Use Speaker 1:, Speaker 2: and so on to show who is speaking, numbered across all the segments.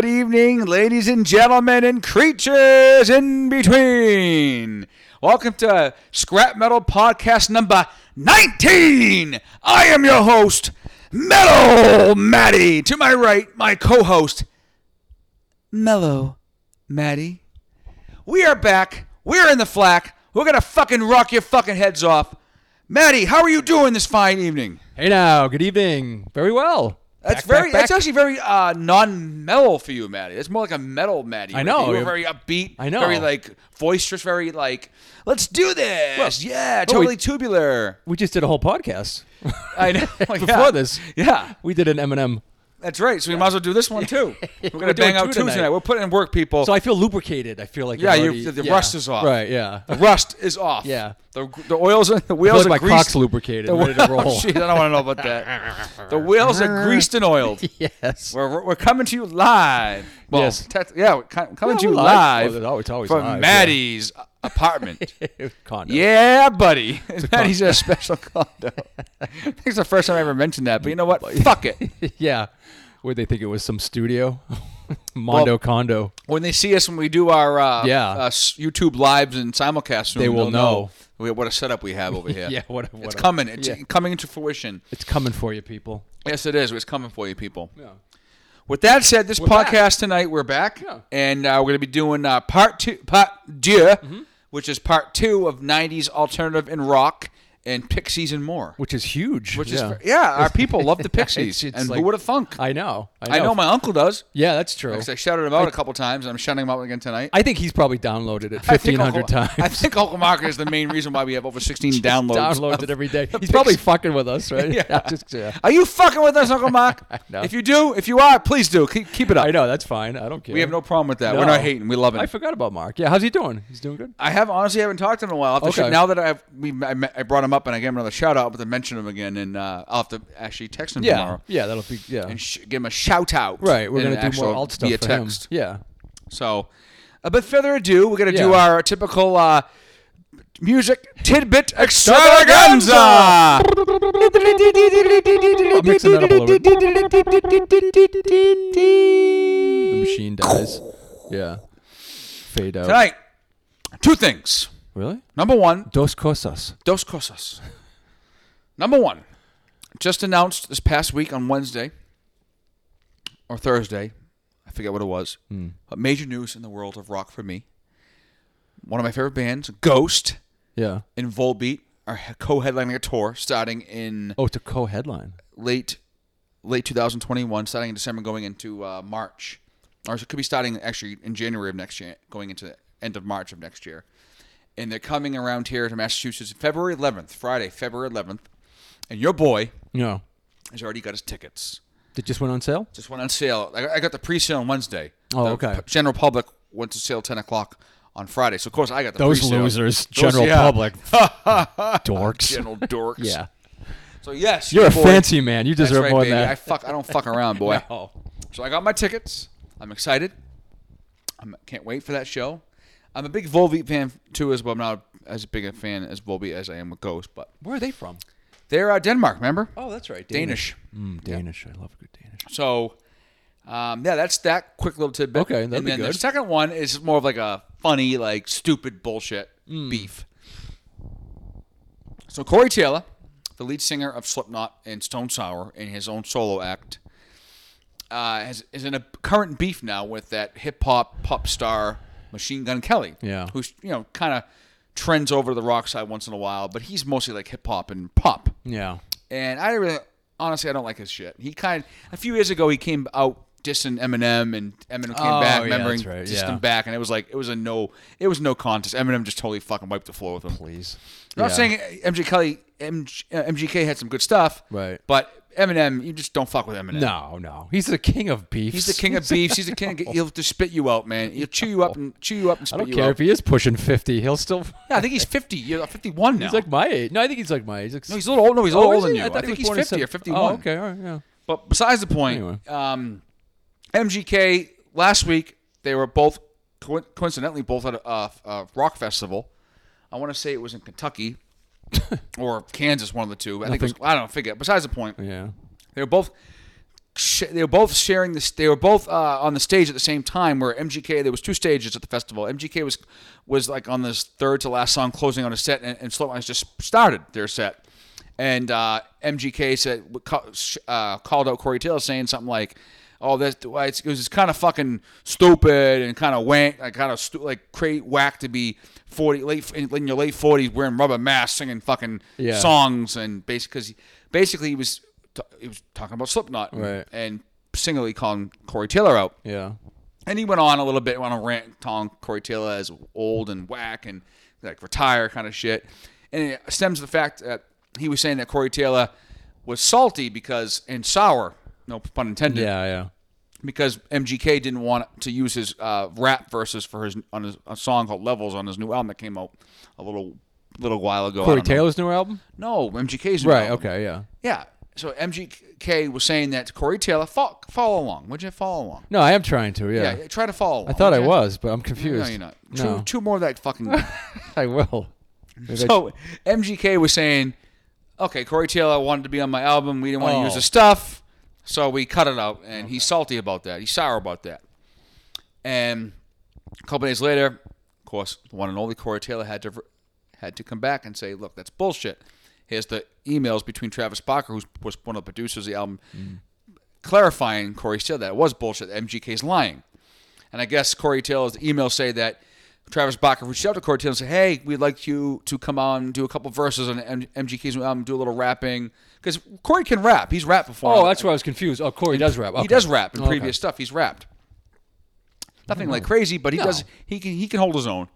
Speaker 1: evening, ladies and gentlemen, and creatures in between. Welcome to Scrap Metal Podcast number 19. I am your host, Metal Maddie. To my right, my co host, Mellow Maddie. We are back. We're in the flack. We're going to fucking rock your fucking heads off. Maddie, how are you doing this fine evening?
Speaker 2: Hey now, good evening. Very well.
Speaker 1: That's
Speaker 2: Back,
Speaker 1: very.
Speaker 2: back,
Speaker 1: That's
Speaker 2: back.
Speaker 1: actually very uh, non-metal for you, Maddie. That's more like a metal, Maddie.
Speaker 2: I know.
Speaker 1: You were very upbeat.
Speaker 2: I know.
Speaker 1: Very like boisterous. Very like, let's do this. yeah,
Speaker 2: but oh, we-
Speaker 1: totally tubular.
Speaker 2: we just did a whole podcast.
Speaker 1: I know. Yeah.
Speaker 2: Before this.
Speaker 1: Yeah,
Speaker 2: We did an Eminem.
Speaker 1: that's right. So we might as well do this one too. We're gonna
Speaker 2: We're doing
Speaker 1: bang out
Speaker 2: two
Speaker 1: two tonight.
Speaker 2: tonight.
Speaker 1: We're putting in work, people.
Speaker 2: So I feel lubricated. I feel like
Speaker 1: Yeah,
Speaker 2: I've
Speaker 1: you-
Speaker 2: already-
Speaker 1: the- the
Speaker 2: yeah.
Speaker 1: rust is off.
Speaker 2: Right, yeah.
Speaker 1: the rust is off.
Speaker 2: Yeah.
Speaker 1: The, the oils, are- the
Speaker 2: feel
Speaker 1: wheels are
Speaker 2: like my
Speaker 1: greased.
Speaker 2: cock's lubricated,
Speaker 1: The
Speaker 2: ready to
Speaker 1: wheel-
Speaker 2: roll.
Speaker 1: Shit, I don't want to know about that. The wheels are greased and oiled.
Speaker 2: yes.
Speaker 1: We're, we're coming to you live. Well,
Speaker 2: Yes.
Speaker 1: tec- yeah, we're co- coming
Speaker 2: Yeah,
Speaker 1: to you
Speaker 2: we're live.
Speaker 1: live.
Speaker 2: Oh, it's always
Speaker 1: from
Speaker 2: live, yeah.
Speaker 1: Maddie's apartment.
Speaker 2: Condo.
Speaker 1: yeah, buddy. Maddie's in a special condo. I think it's the first time I ever mentioned that, but you know what? Fuck it.
Speaker 2: yeah. Where'd they think it was? Some studio? Mondo
Speaker 1: Well,
Speaker 2: Condo.
Speaker 1: When they see us when we do our uh,
Speaker 2: Yeah.
Speaker 1: uh, s- YouTube lives and simulcasts,
Speaker 2: They
Speaker 1: they'll
Speaker 2: will know.
Speaker 1: we- what a setup we have over here.
Speaker 2: Yeah, what a-
Speaker 1: it's
Speaker 2: what a-
Speaker 1: coming. It's
Speaker 2: yeah.
Speaker 1: coming into fruition.
Speaker 2: It's coming for you, people.
Speaker 1: Yes, it is. It's coming for you, people. With that said, this
Speaker 2: back.
Speaker 1: podcast tonight we're back,
Speaker 2: Yeah.
Speaker 1: and uh, we're going to be doing uh, part two, part deux, which is part two of '90s alternative and rock and Pixies and more.
Speaker 2: Which is huge.
Speaker 1: Which
Speaker 2: yeah.
Speaker 1: is yeah, our people love the Pixies,
Speaker 2: It's- it's
Speaker 1: and
Speaker 2: like-
Speaker 1: who would have thunk? I,
Speaker 2: I know. I
Speaker 1: know.
Speaker 2: know.
Speaker 1: my uncle does.
Speaker 2: yeah, that's true.
Speaker 1: 'cause I shouted him out a couple times, and I'm shouting him out again tonight.
Speaker 2: I think he's probably downloaded it
Speaker 1: I think
Speaker 2: 1,500
Speaker 1: Uncle-
Speaker 2: times.
Speaker 1: I think Uncle Mark is the main reason why we have over 16 downloads.
Speaker 2: Downloads
Speaker 1: of-
Speaker 2: it every day. He's
Speaker 1: Pixies.
Speaker 2: probably fucking with us, right?
Speaker 1: Yeah.
Speaker 2: Just- yeah.
Speaker 1: Are you fucking with us, Uncle Mark?
Speaker 2: know.
Speaker 1: If you do, if you are, please do. Keep keep it up.
Speaker 2: I know that's fine. I don't care.
Speaker 1: We have no problem with that. We're
Speaker 2: No.
Speaker 1: not hating. We love it.
Speaker 2: I forgot about Mark. Yeah, how's he doing? He's doing good.
Speaker 1: I have honestly haven't talked to him in a while. I'll have to
Speaker 2: Okay.
Speaker 1: sh- now that I've we I, met, I brought him up and I gave him another shout out, but to mention him again, and uh, I'll have to actually text him
Speaker 2: Yeah,
Speaker 1: tomorrow
Speaker 2: yeah, that'll be yeah.
Speaker 1: and sh- give him a shout out.
Speaker 2: right, we're
Speaker 1: and
Speaker 2: gonna do
Speaker 1: actual-
Speaker 2: more alt stuff
Speaker 1: via
Speaker 2: for
Speaker 1: text.
Speaker 2: him. Yeah,
Speaker 1: So, uh, but further ado, we're gonna do
Speaker 2: Yeah.
Speaker 1: our typical uh, music tidbit extravaganza.
Speaker 2: I'm mixing that up a little bit. The machine dies. Yeah, fade out.
Speaker 1: Tonight, two things.
Speaker 2: Really?
Speaker 1: Number one,
Speaker 2: Dos cosas.
Speaker 1: Dos cosas. Number one, just announced this past week on Wednesday or Thursday, I forget what it was, but major news in the world of rock for me. One of my favorite bands, Ghost
Speaker 2: Yeah.
Speaker 1: and Volbeat, are he- co-headlining a tour starting in
Speaker 2: Oh, it's a co-headline.
Speaker 1: late late 2021, starting in December, going into uh, March, or it could be starting actually in January of next year, going into the end of March of next year. And they're coming around here to Massachusetts February 11th, Friday, February 11th. And your boy
Speaker 2: No,
Speaker 1: has already got his tickets.
Speaker 2: it just went on sale.
Speaker 1: Just went on sale. I, I got the pre-sale on Wednesday.
Speaker 2: Oh,
Speaker 1: The
Speaker 2: okay.
Speaker 1: p- general public went to sale 10 o'clock on Friday. So of course I got the
Speaker 2: Those
Speaker 1: pre-sale.
Speaker 2: losers,
Speaker 1: Those-
Speaker 2: general
Speaker 1: yeah.
Speaker 2: public, dorks.
Speaker 1: General dorks.
Speaker 2: Yeah,
Speaker 1: So yes,
Speaker 2: you're
Speaker 1: your
Speaker 2: a
Speaker 1: boy-
Speaker 2: fancy man. You
Speaker 1: That's
Speaker 2: deserve
Speaker 1: right,
Speaker 2: more
Speaker 1: baby.
Speaker 2: than
Speaker 1: I
Speaker 2: that.
Speaker 1: fuck. I don't fuck around, boy.
Speaker 2: Oh,
Speaker 1: So I got my tickets. I'm excited. I can't wait for that show. I'm a big Volbeat fan too, as well. I'm not as big a fan as Volbeat as I am with Ghost, but
Speaker 2: where are they from?
Speaker 1: they're uh, Denmark. Remember,
Speaker 2: Oh, that's right,
Speaker 1: Danish.
Speaker 2: Mm, Danish. I love a good Danish.
Speaker 1: So, um, yeah, that's that quick little tidbit.
Speaker 2: Okay, that'd
Speaker 1: and
Speaker 2: be
Speaker 1: then the
Speaker 2: good.
Speaker 1: second one is more of like a funny, like stupid bullshit
Speaker 2: Hmm.
Speaker 1: beef. So Corey Taylor, the lead singer of Slipknot and Stone Sour, in his own solo act, uh, has, is in a current beef now with that hip hop pop star Machine Gun Kelly.
Speaker 2: Yeah.
Speaker 1: who's you know kind of trends over to the rock side once in a while, but he's mostly like hip hop and pop
Speaker 2: Yeah.
Speaker 1: and I really, honestly, I don't like his shit. He kind a few years ago he came out dissing Eminem, and Eminem came
Speaker 2: Oh,
Speaker 1: back,
Speaker 2: yeah,
Speaker 1: remembering
Speaker 2: that's right,
Speaker 1: dissed
Speaker 2: yeah.
Speaker 1: him back, and it was like it was a no, it was no contest. Eminem just totally fucking wiped the floor with him.
Speaker 2: Please.
Speaker 1: I'm not saying MG Kelly, MG, uh, MGK had some good stuff,
Speaker 2: Right.
Speaker 1: But Eminem, you just don't fuck with Eminem.
Speaker 2: No, no. He's the king of beefs.
Speaker 1: He's the king of beefs. He's the king. Of, he'll just spit you out, man. He'll chew you up and chew you up and
Speaker 2: I
Speaker 1: spit
Speaker 2: don't
Speaker 1: you
Speaker 2: care
Speaker 1: out.
Speaker 2: if he is pushing 50. He'll still.
Speaker 1: yeah, I think he's fifty. You're fifty-one now.
Speaker 2: He's like my age. No, I think he's like my age.
Speaker 1: no, he's a little old. No, he's a little older than you. I,
Speaker 2: thought he
Speaker 1: think
Speaker 2: was
Speaker 1: he's
Speaker 2: born in
Speaker 1: fifty or
Speaker 2: seven-
Speaker 1: fifty-one.
Speaker 2: Oh, okay. All right. Yeah.
Speaker 1: But besides the point,
Speaker 2: Anyway.
Speaker 1: um, MGK last week they were both co- coincidentally both at a, a, a rock festival. I want to say it was in Kentucky or Kansas, one of the two. I think it was, I don't know, forget. Besides the point,
Speaker 2: Yeah.
Speaker 1: they were both sh- sh- they were both sharing this. They were both uh, on the stage at the same time. Where MGK, there was two stages at the festival. MGK was was like on this third to last song, closing on a set, and, and Slipknot just started their set. And uh, MGK said ca- sh- uh, called out Corey Taylor, saying something like, "Oh, this why it's, it was just kind of fucking stupid and kind of wank, like kind of stu- like cra whack to be forty late in, in your late forties wearing rubber masks, singing fucking
Speaker 2: Yeah.
Speaker 1: songs, and basically, basically he was." t- he was talking about Slipknot and-
Speaker 2: Right.
Speaker 1: and singly calling Corey Taylor out.
Speaker 2: Yeah.
Speaker 1: And he went on a little bit on a rant, calling Corey Taylor as old and whack and like retire kind of shit. And it stems to the fact that he was saying that Corey Taylor was salty because and sour, no pun intended,
Speaker 2: Yeah. Yeah.
Speaker 1: because MGK didn't want to use his uh, rap verses for his on his, a song called Levels on his new album that came out a little little while ago. I
Speaker 2: Corey
Speaker 1: don't know.
Speaker 2: Taylor's new album.
Speaker 1: No, MGK's new
Speaker 2: Right.
Speaker 1: album.
Speaker 2: Okay. Yeah.
Speaker 1: Yeah. So MGK was saying that Corey Taylor follow, follow along. Would you follow along?
Speaker 2: No, I am trying to. Yeah.
Speaker 1: Yeah. Oh, try to follow. Along,
Speaker 2: I thought I
Speaker 1: would ya?
Speaker 2: was, but I'm confused.
Speaker 1: No, you're not. Two,
Speaker 2: No,
Speaker 1: two more of that fucking.
Speaker 2: I will. Maybe I-
Speaker 1: so MGK was saying, okay, Corey Taylor wanted to be on my album. We didn't want to
Speaker 2: Oh.
Speaker 1: use the stuff, so we cut it out. And he's salty about that. He's sour about that. And a couple days later, of course, the one and only Corey Taylor had to had to come back and say, "Look, that's bullshit." Here's the emails between Travis Barker, who was one of the producers of the album, clarifying Corey Taylor that it was bullshit. That MGK's lying, and I guess Corey Taylor's emails say that Travis Barker reached out to Corey Taylor and said, "Hey, we'd like you to come on and do a couple verses on M- MGK's new album, do a little rapping." Because Corey can rap; he's rap performer.
Speaker 2: oh, that's why I was confused. Oh, Corey does rap.
Speaker 1: Um, He
Speaker 2: Okay.
Speaker 1: does rap in
Speaker 2: Okay.
Speaker 1: previous stuff. He's rapped. Nothing like crazy, but he does. He can he can hold his own.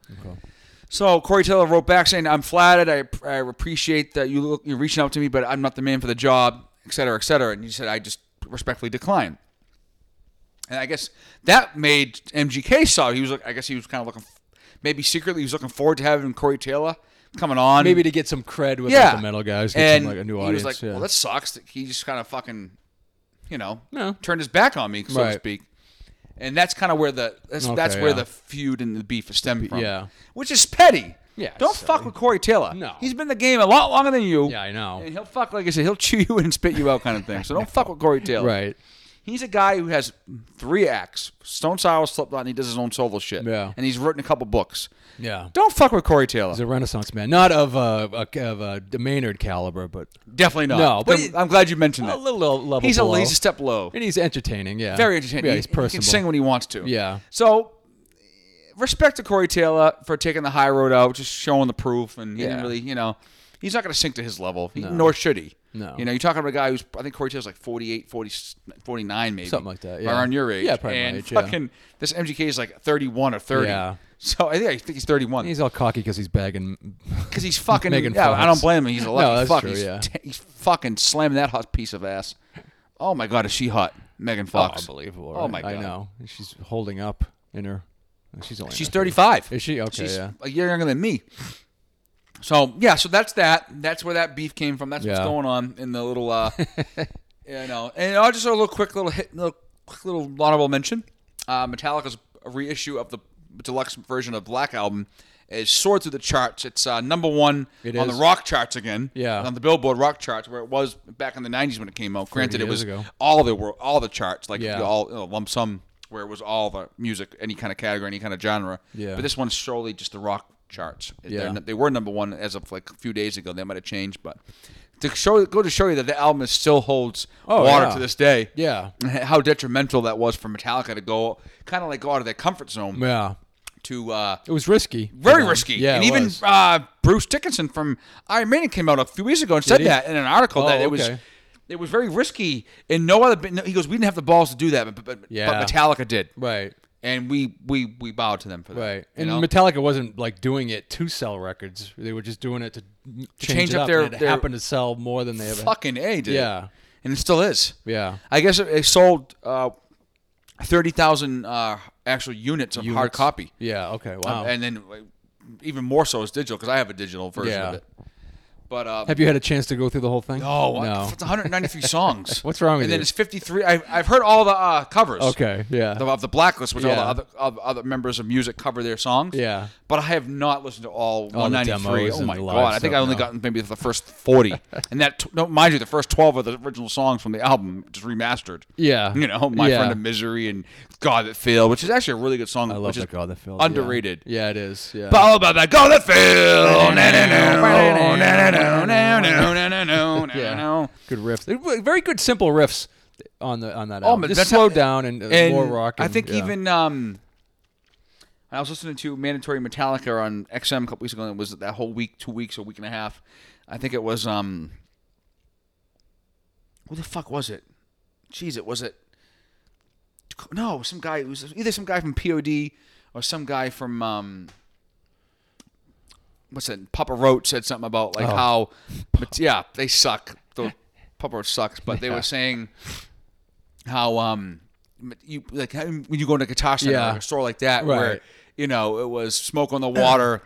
Speaker 1: So Corey Taylor wrote back saying, "I'm flattered. I, I appreciate that you look, you're reaching out to me, but I'm not the man for the job, et cetera, et cetera." And he said, "I just respectfully decline." And I guess that made MGK saw he was. look- I guess he was kind of looking, maybe secretly he was looking forward to having Corey Taylor coming on
Speaker 2: Maybe to get some cred with
Speaker 1: yeah.
Speaker 2: like, the metal guys, get
Speaker 1: and
Speaker 2: some, like a new
Speaker 1: he was
Speaker 2: audience.
Speaker 1: like,
Speaker 2: yeah.
Speaker 1: "Well, that sucks." that He just kind of fucking, you know,
Speaker 2: No.
Speaker 1: turned his back on me, so to
Speaker 2: Right.
Speaker 1: speak. And that's kind of where the that's, that's
Speaker 2: Okay,
Speaker 1: where
Speaker 2: yeah.
Speaker 1: the feud and the beef is stemmed from.
Speaker 2: yeah.
Speaker 1: which is petty.
Speaker 2: Yeah, it's
Speaker 1: don't fuck
Speaker 2: silly.
Speaker 1: with Corey Taylor.
Speaker 2: No.
Speaker 1: he's been in the game a lot longer than you.
Speaker 2: yeah, I know.
Speaker 1: and he'll fuck like I said, he'll chew you and spit you out, kind of thing. So don't fuck with Corey Taylor.
Speaker 2: Right.
Speaker 1: He's a guy who has three acts: Stone Sour, Slipknot, and he does his own solo shit.
Speaker 2: Yeah.
Speaker 1: and he's written a couple books.
Speaker 2: Yeah.
Speaker 1: Don't fuck with Corey Taylor.
Speaker 2: He's a Renaissance man, not of uh, a- of uh, the Maynard caliber, but
Speaker 1: Definitely not.
Speaker 2: No,
Speaker 1: but
Speaker 2: but
Speaker 1: I'm, I'm glad you mentioned
Speaker 2: a
Speaker 1: that.
Speaker 2: little le- level.
Speaker 1: He's a,
Speaker 2: below.
Speaker 1: he's a step low.
Speaker 2: and he's entertaining. Yeah,
Speaker 1: Very entertaining.
Speaker 2: Yeah,
Speaker 1: He-
Speaker 2: he's
Speaker 1: He can
Speaker 2: personable.
Speaker 1: sing when he wants to.
Speaker 2: Yeah.
Speaker 1: So, respect to Corey Taylor for taking the high road out, just showing the proof, and he didn't
Speaker 2: Yeah.
Speaker 1: really, you know, he's not going to sink to his level, he, nor should he.
Speaker 2: No.
Speaker 1: You know, you're talking about a guy who's, I think Corey Taylor's like 48, 40, 49 maybe.
Speaker 2: Something like that, yeah.
Speaker 1: Around your age.
Speaker 2: Yeah, probably my
Speaker 1: And
Speaker 2: age, yeah.
Speaker 1: fucking, this MGK is like 31 or 30.
Speaker 2: Yeah.
Speaker 1: So, yeah, I think he's 31.
Speaker 2: He's all cocky because he's bagging.
Speaker 1: Because he's fucking.
Speaker 2: Megan
Speaker 1: yeah, I
Speaker 2: Fox.
Speaker 1: don't blame him. He's a lucky
Speaker 2: No, that's
Speaker 1: fuck.
Speaker 2: true,
Speaker 1: he's,
Speaker 2: yeah.
Speaker 1: t- he's fucking slamming that hot piece of ass. Oh my god, is she hot, Megan Fox?
Speaker 2: unbelievable.
Speaker 1: Oh,
Speaker 2: right?
Speaker 1: my
Speaker 2: I
Speaker 1: God.
Speaker 2: know. She's holding up in her. She's only.
Speaker 1: She's thirty-five.
Speaker 2: Is she okay?
Speaker 1: She's
Speaker 2: yeah.
Speaker 1: a year younger than me. So yeah, so that's that. That's where that beef came from. That's what's
Speaker 2: Yeah.
Speaker 1: going on in the little, uh, you know. And I'll just a little quick little hit, little quick little honorable mention. Uh, Metallica's reissue of the deluxe version of Black Album is soared through the charts. It's uh, number one
Speaker 2: It
Speaker 1: on
Speaker 2: is.
Speaker 1: the rock charts again.
Speaker 2: Yeah.
Speaker 1: on the Billboard rock charts where it was back in the '90s when it came out. Granted, it
Speaker 2: years
Speaker 1: was
Speaker 2: ago.
Speaker 1: all the world, all the charts, like
Speaker 2: Yeah.
Speaker 1: all you know, lump sum, where it was all the music, any kind of category, any kind of genre.
Speaker 2: Yeah.
Speaker 1: But this one's solely just the rock charts. They're
Speaker 2: Yeah.
Speaker 1: n- They were number one as of like a few days ago. That might have changed, but to show go to show you that the album is still holds
Speaker 2: Oh,
Speaker 1: water
Speaker 2: yeah.
Speaker 1: to this day.
Speaker 2: Yeah.
Speaker 1: And How detrimental that was for Metallica to go kind of like go out of their comfort zone
Speaker 2: Yeah.
Speaker 1: to uh,
Speaker 2: It was risky.
Speaker 1: very
Speaker 2: Yeah.
Speaker 1: risky.
Speaker 2: Yeah.
Speaker 1: and
Speaker 2: it
Speaker 1: even
Speaker 2: was.
Speaker 1: uh, Bruce Dickinson from Iron Maiden came out a few weeks ago and said
Speaker 2: he?
Speaker 1: that in an article
Speaker 2: Oh,
Speaker 1: that it was
Speaker 2: okay.
Speaker 1: it was very risky and no other. no, He goes, we didn't have the balls to do that, but, but, but
Speaker 2: Yeah.
Speaker 1: Metallica did,
Speaker 2: right.
Speaker 1: and we we we bowed to them for that.
Speaker 2: Right.
Speaker 1: you
Speaker 2: And
Speaker 1: know?
Speaker 2: Metallica wasn't like doing it to sell records. They were just doing it to change,
Speaker 1: change
Speaker 2: it
Speaker 1: up
Speaker 2: up.
Speaker 1: their-
Speaker 2: and it
Speaker 1: their-
Speaker 2: happened to sell more than they ever.
Speaker 1: fucking a, dude.
Speaker 2: Yeah.
Speaker 1: and it still is.
Speaker 2: Yeah.
Speaker 1: I guess it, it sold uh, thirty thousand uh, actual units of hard
Speaker 2: Units.
Speaker 1: copy, Um,
Speaker 2: Yeah. Okay. Wow.
Speaker 1: and then uh, even more so is digital because I have a digital version
Speaker 2: Yeah.
Speaker 1: of it. But uh,
Speaker 2: Have you had a chance to go through the whole thing?
Speaker 1: no,
Speaker 2: no.
Speaker 1: it's 193 songs.
Speaker 2: What's wrong with
Speaker 1: and
Speaker 2: you?
Speaker 1: then it's 53. I've, I've heard all the uh, covers.
Speaker 2: Okay, yeah.
Speaker 1: the- of the blacklist, which all the
Speaker 2: Yeah.
Speaker 1: other of, other members of music cover their songs.
Speaker 2: Yeah.
Speaker 1: but I have not listened to all
Speaker 2: All the
Speaker 1: 193.
Speaker 2: demos
Speaker 1: Oh
Speaker 2: and
Speaker 1: my
Speaker 2: the
Speaker 1: god,
Speaker 2: live
Speaker 1: I think I
Speaker 2: stuff,
Speaker 1: only
Speaker 2: no.
Speaker 1: got maybe the first 40, and that t- no, mind you, the first 12 are the original songs from the album, just remastered.
Speaker 2: Yeah.
Speaker 1: you know, my
Speaker 2: Yeah.
Speaker 1: friend of misery and God that failed, which is actually a really good song. I
Speaker 2: love
Speaker 1: which is
Speaker 2: the God That Failed, yeah.
Speaker 1: underrated.
Speaker 2: yeah, it is. Yeah.
Speaker 1: But all about that God that failed. Na, na, na, na, na, na, na, na, na, na, na,
Speaker 2: yeah.
Speaker 1: na.
Speaker 2: Good riffs. They were Very good simple riffs on the on that
Speaker 1: Oh,
Speaker 2: album.
Speaker 1: but
Speaker 2: Just
Speaker 1: that's
Speaker 2: slow
Speaker 1: how-
Speaker 2: down and, uh,
Speaker 1: and
Speaker 2: more rock.
Speaker 1: I
Speaker 2: and-
Speaker 1: think
Speaker 2: yeah.
Speaker 1: even um, I was listening to Mandatory Metallica on XM a couple weeks ago, and it was that whole week, two weeks, a week and a half. I think it was um, who the fuck was it? Jeez, it was it. No, some guy. It was either some guy from POD or some guy from um. What's that? Papa Roach said something about
Speaker 2: Oh.
Speaker 1: like how, but yeah, they suck. The Papa Roach sucks, but they were saying how um you like how- when you go into a guitar center
Speaker 2: Yeah.
Speaker 1: like a store like that where
Speaker 2: Right.
Speaker 1: you know it was smoke on the water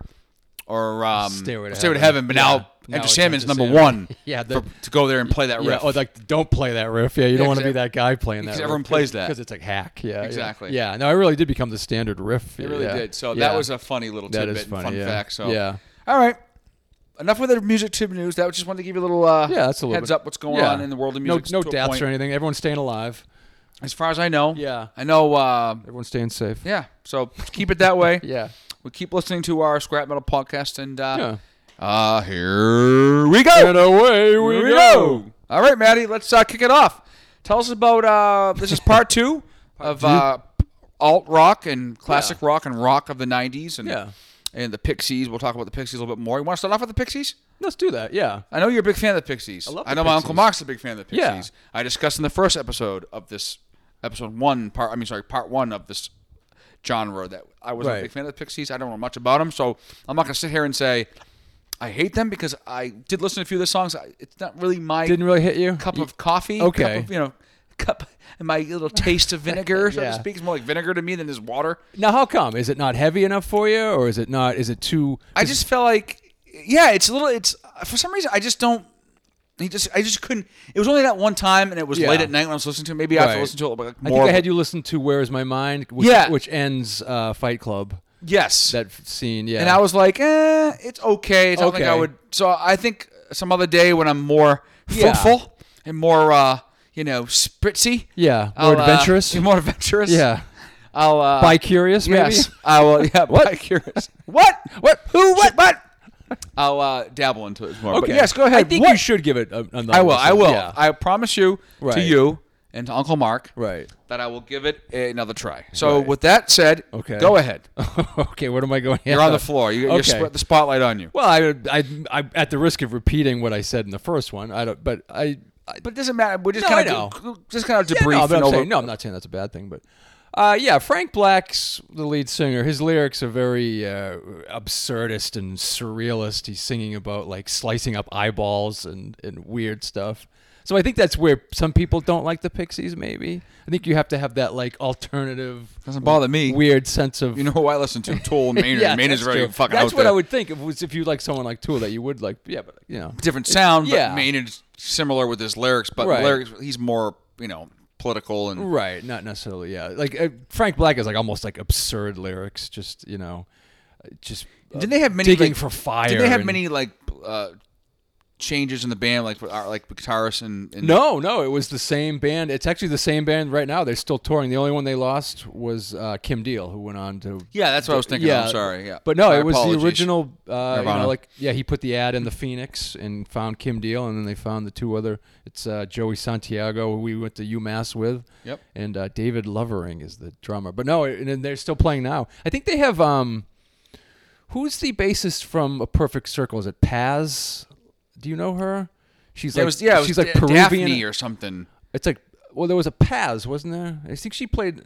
Speaker 1: or um
Speaker 2: Stairway to
Speaker 1: heaven,
Speaker 2: Heaven.
Speaker 1: but
Speaker 2: Yeah.
Speaker 1: now
Speaker 2: Now
Speaker 1: Enter
Speaker 2: it's
Speaker 1: Sandman's
Speaker 2: Enter
Speaker 1: number
Speaker 2: Sandman.
Speaker 1: one
Speaker 2: Yeah,
Speaker 1: for-
Speaker 2: the-
Speaker 1: to go there and play that
Speaker 2: Yeah, oh,
Speaker 1: riff
Speaker 2: or like don't play that riff. Yeah, you don't want to be
Speaker 1: exact-
Speaker 2: that guy playing that.
Speaker 1: because
Speaker 2: riff.
Speaker 1: everyone plays that.
Speaker 2: because it's like hack. Yeah, yeah.
Speaker 1: Exactly.
Speaker 2: Yeah. no, it really did become the standard riff.
Speaker 1: it really
Speaker 2: yeah.
Speaker 1: did so
Speaker 2: Yeah.
Speaker 1: that was a funny little
Speaker 2: That
Speaker 1: tidbit
Speaker 2: is
Speaker 1: and
Speaker 2: funny,
Speaker 1: fun
Speaker 2: yeah.
Speaker 1: fact so
Speaker 2: Yeah.
Speaker 1: all right enough with the music tip news that was just wanted to give you a little uh
Speaker 2: yeah, that's a little
Speaker 1: heads
Speaker 2: bit-
Speaker 1: up what's going
Speaker 2: yeah.
Speaker 1: on in the world of
Speaker 2: No-
Speaker 1: music
Speaker 2: No,
Speaker 1: to a
Speaker 2: deaths
Speaker 1: point.
Speaker 2: or anything. Everyone's staying alive.
Speaker 1: as far as I know
Speaker 2: Yeah,
Speaker 1: I know uh
Speaker 2: everyone's staying safe.
Speaker 1: yeah so keep it that way
Speaker 2: Yeah.
Speaker 1: we keep listening to our scrap metal podcast and uh
Speaker 2: Yeah.
Speaker 1: Uh, here we go.
Speaker 2: And away we,
Speaker 1: Here
Speaker 2: go.
Speaker 1: All right, Maddie, let's uh, kick it off. Tell us about uh, this is part two of uh, alt rock and classic rock and rock of the '90s and
Speaker 2: Yeah.
Speaker 1: and the Pixies. We'll talk about the Pixies a little bit more. You want to start off with the Pixies?
Speaker 2: Let's do that. Yeah.
Speaker 1: I know you're a big fan of the Pixies. I
Speaker 2: love
Speaker 1: I
Speaker 2: the
Speaker 1: know my uncle
Speaker 2: Pixies.
Speaker 1: Mark's a big fan of the
Speaker 2: Yeah.
Speaker 1: Pixies. I discussed in the first episode of this episode one part. I mean, sorry, part one of this genre that I wasn't a
Speaker 2: Right.
Speaker 1: big fan of the Pixies. I don't know much about them, so I'm not gonna sit here and say I hate them because I did listen to a few of their songs. I- It's not really my
Speaker 2: Didn't really hit you.
Speaker 1: cup
Speaker 2: You-
Speaker 1: of coffee.
Speaker 2: Okay.
Speaker 1: cup of, you know, cup and my little taste of vinegar, so
Speaker 2: Yeah.
Speaker 1: to speak. It's more like vinegar to me than is water.
Speaker 2: Now, how come? Is it not heavy enough for you, or is it not? Is it too?
Speaker 1: I just felt like, yeah, it's a little. It's for some reason I just don't. He just, I just couldn't. It was only that one time, and it was
Speaker 2: Yeah.
Speaker 1: late at night when I was listening to. it. Maybe I have to
Speaker 2: Right.
Speaker 1: listen to it like
Speaker 2: I
Speaker 1: more.
Speaker 2: think I had you listen to "Where Is My Mind," which,
Speaker 1: Yeah.
Speaker 2: which ends uh, Fight Club.
Speaker 1: yes,
Speaker 2: That f- scene, yeah.
Speaker 1: and I was like, eh, it's okay. It's not like I
Speaker 2: Okay.
Speaker 1: would. So I think some other day when I'm more
Speaker 2: Yeah.
Speaker 1: fruitful and more, uh, you know, spritzy,
Speaker 2: yeah,
Speaker 1: I'll, uh,
Speaker 2: more adventurous.
Speaker 1: more adventurous.
Speaker 2: yeah,
Speaker 1: I'll uh,
Speaker 2: bi curious.
Speaker 1: Yes, I will. Yeah,
Speaker 2: What?
Speaker 1: bi curious. What? What? Who? What? What? I'll uh, dabble into it more. But
Speaker 2: Okay.
Speaker 1: yes, go ahead.
Speaker 2: I think
Speaker 1: What-
Speaker 2: you should give it. A, another
Speaker 1: I will. I
Speaker 2: listen,
Speaker 1: will.
Speaker 2: yeah.
Speaker 1: I promise you to
Speaker 2: Right.
Speaker 1: you and to Uncle Mark
Speaker 2: Right.
Speaker 1: that I will give it another try. So
Speaker 2: Right.
Speaker 1: with that said,
Speaker 2: Okay.
Speaker 1: go ahead.
Speaker 2: okay. What am I going?
Speaker 1: You're on the floor. You, You're
Speaker 2: Okay.
Speaker 1: sp- the spotlight on you.
Speaker 2: Well, I, I, I, at the risk of repeating what I said in the first one, I don't. But I, I
Speaker 1: But it doesn't matter. We're just
Speaker 2: No, I
Speaker 1: kind
Speaker 2: know.
Speaker 1: of just kind of debrief.
Speaker 2: Yeah, no,
Speaker 1: and
Speaker 2: but I'm
Speaker 1: over-
Speaker 2: saying, no, I'm not saying that's a bad thing, but uh, yeah, Frank Black's the lead singer. His lyrics are very uh, absurdist and surrealist. He's singing about like slicing up eyeballs and, and weird stuff. So I think that's where some people don't like the Pixies. Maybe I think you have to have that like alternative,
Speaker 1: Doesn't bother me.
Speaker 2: weird sense of
Speaker 1: You know who I listen to? Tool and Maynard. Maynard's
Speaker 2: that's
Speaker 1: very
Speaker 2: true.
Speaker 1: fucking
Speaker 2: That's
Speaker 1: out
Speaker 2: what
Speaker 1: there.
Speaker 2: I would think if was if you like someone like Tool that you would like. Yeah, but you know,
Speaker 1: different sound,
Speaker 2: yeah.
Speaker 1: but Maynard's similar with his lyrics, but
Speaker 2: Right.
Speaker 1: lyrics he's more, you know, political and
Speaker 2: Right, not necessarily. Yeah, like uh, Frank Black is like almost like absurd lyrics. Just you know, uh, just uh,
Speaker 1: Didn't they have many,
Speaker 2: digging
Speaker 1: like-
Speaker 2: for fire?
Speaker 1: Did they have
Speaker 2: and-
Speaker 1: many like uh changes in the band like with our, like guitarists and, and
Speaker 2: No, no, it was the same band. It's actually the same band right now. They're still touring. The only one they lost was uh, Kim Deal, who went on to.
Speaker 1: Yeah, that's what I was thinking.
Speaker 2: Yeah,
Speaker 1: I'm sorry. Yeah.
Speaker 2: But no,
Speaker 1: My
Speaker 2: it was
Speaker 1: apologies.
Speaker 2: the original. Uh, you
Speaker 1: Nirvana.
Speaker 2: know, like yeah, he put the ad in the Phoenix and found Kim Deal, and then they found the two other. It's uh, Joey Santiago, who we went to UMass with.
Speaker 1: Yep.
Speaker 2: And uh, David Lovering is the drummer. But no, and then they're still playing now. I think they have um, who's the bassist from A Perfect Circle? Is it Paz? Do you know her? She's
Speaker 1: Yeah,
Speaker 2: like
Speaker 1: it was, yeah, it was
Speaker 2: she's like
Speaker 1: Da-
Speaker 2: Peruvian.
Speaker 1: Daphne or something.
Speaker 2: It's like well, there was a Paz, wasn't there? I think she played.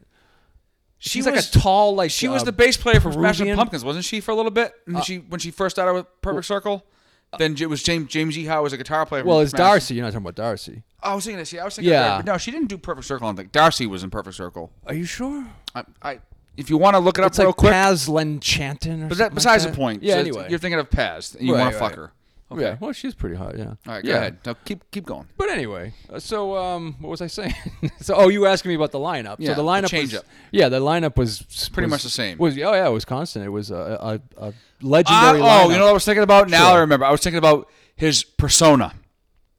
Speaker 1: She
Speaker 2: She's
Speaker 1: was
Speaker 2: like a tall, like
Speaker 1: she was
Speaker 2: uh,
Speaker 1: the bass player for Smashing
Speaker 2: Peruvian- Uh,
Speaker 1: Pumpkins, wasn't she? For a little bit, and she when she first started with Perfect Circle. Then it was James James E. Howe was a guitar player. from
Speaker 2: Well, it's
Speaker 1: Smash-
Speaker 2: Darcy. You're not talking about Darcy.
Speaker 1: I was thinking this. Yeah, I was thinking.
Speaker 2: Yeah.
Speaker 1: That, but no, she didn't do Perfect Circle. I don't think Darcy was in Perfect Circle.
Speaker 2: Are you sure?
Speaker 1: I, I if you want to look it up
Speaker 2: It's
Speaker 1: real
Speaker 2: like
Speaker 1: quick.
Speaker 2: Paz Lenchanton or
Speaker 1: But
Speaker 2: something
Speaker 1: that,
Speaker 2: like
Speaker 1: besides
Speaker 2: that.
Speaker 1: the point.
Speaker 2: Yeah.
Speaker 1: So
Speaker 2: anyway,
Speaker 1: you're thinking of Paz. And you
Speaker 2: Right,
Speaker 1: want to
Speaker 2: right.
Speaker 1: fuck her. Okay.
Speaker 2: Yeah. Well, she's pretty hot. Yeah.
Speaker 1: All right, go
Speaker 2: Yeah.
Speaker 1: ahead. Now keep keep going.
Speaker 2: But anyway, uh, so um, what was I saying? so oh, you were asking me about the lineup.
Speaker 1: Yeah,
Speaker 2: so
Speaker 1: the
Speaker 2: the lineup
Speaker 1: change
Speaker 2: was
Speaker 1: up.
Speaker 2: yeah, the lineup was s-
Speaker 1: Pretty
Speaker 2: was-
Speaker 1: much the same.
Speaker 2: Was oh yeah, it was constant. It was a a, a
Speaker 1: Ah, oh,
Speaker 2: legendary.
Speaker 1: you
Speaker 2: lineup.
Speaker 1: know what I was thinking about? Now I
Speaker 2: Sure.
Speaker 1: remember. I was thinking about his persona,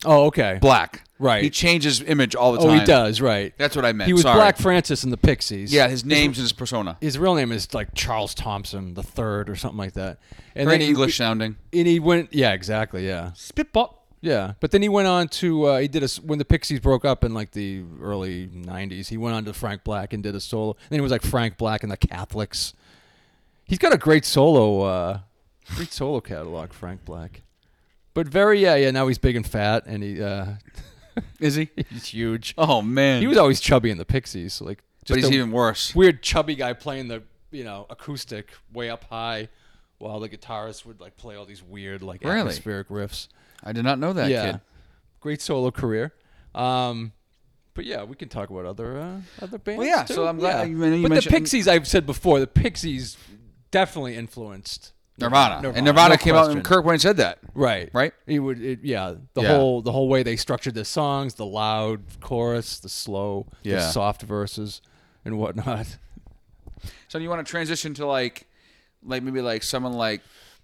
Speaker 2: Oh okay.
Speaker 1: black.
Speaker 2: Right.
Speaker 1: He changes image all the
Speaker 2: oh,
Speaker 1: time.
Speaker 2: he does right.
Speaker 1: That's what I meant.
Speaker 2: He was
Speaker 1: Sorry.
Speaker 2: Black Francis in the Pixies.
Speaker 1: Yeah, his name's in his persona.
Speaker 2: His real name is like Charles Thompson the Third or something like that. And
Speaker 1: Very
Speaker 2: then he-
Speaker 1: English sounding.
Speaker 2: and he went yeah exactly yeah
Speaker 1: Spit pop.
Speaker 2: yeah but then he went on to uh, he did a s- when the pixies broke up in like the early 90s he went on to frank black and did a solo then he was like frank black and the catholics he's got a great solo uh great solo catalog frank black but very yeah yeah now he's big and fat and he uh
Speaker 1: Is he?
Speaker 2: he's huge
Speaker 1: Oh man.
Speaker 2: he was always chubby in the pixies like
Speaker 1: but
Speaker 2: just
Speaker 1: he's
Speaker 2: a
Speaker 1: even worse.
Speaker 2: weird chubby guy playing the you know acoustic way up high while the guitarist would like play all these weird like
Speaker 1: Really?
Speaker 2: atmospheric riffs
Speaker 1: I did not know that
Speaker 2: yeah.
Speaker 1: kid.
Speaker 2: Great solo career. Um, but yeah, we can talk about other uh, other bands.
Speaker 1: yeah,
Speaker 2: too.
Speaker 1: so I'm glad
Speaker 2: Yeah.
Speaker 1: you- you
Speaker 2: but the
Speaker 1: mentioned-
Speaker 2: Pixies, I've said before, the Pixies definitely influenced
Speaker 1: Nirvana. And Nirvana
Speaker 2: no
Speaker 1: came out
Speaker 2: question.
Speaker 1: and Kirk Wayne said that.
Speaker 2: Right,
Speaker 1: right?
Speaker 2: It would, it, yeah. The
Speaker 1: Yeah.
Speaker 2: whole the whole way they structured their songs, the loud chorus, the slow,
Speaker 1: Yeah. Mm.
Speaker 2: the soft verses, and whatnot.
Speaker 1: So you want to transition to like like maybe like someone like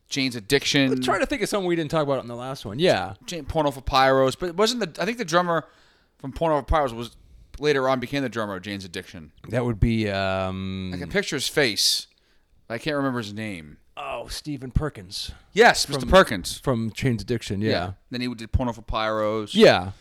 Speaker 1: Jane's Addiction.
Speaker 2: I'm trying to think of something we didn't talk about in the last one. Yeah,
Speaker 1: Jane, Porno for Pyros, but it wasn't the I think the drummer from Porno for Pyros was later on became the drummer of Jane's Addiction.
Speaker 2: that would be um,
Speaker 1: I can picture his face. but I can't remember his name.
Speaker 2: oh Stephen Perkins
Speaker 1: Yes, Mr. Perkins.
Speaker 2: from Chains Addiction. yeah.
Speaker 1: Then he did Porno for Pyros.
Speaker 2: yeah.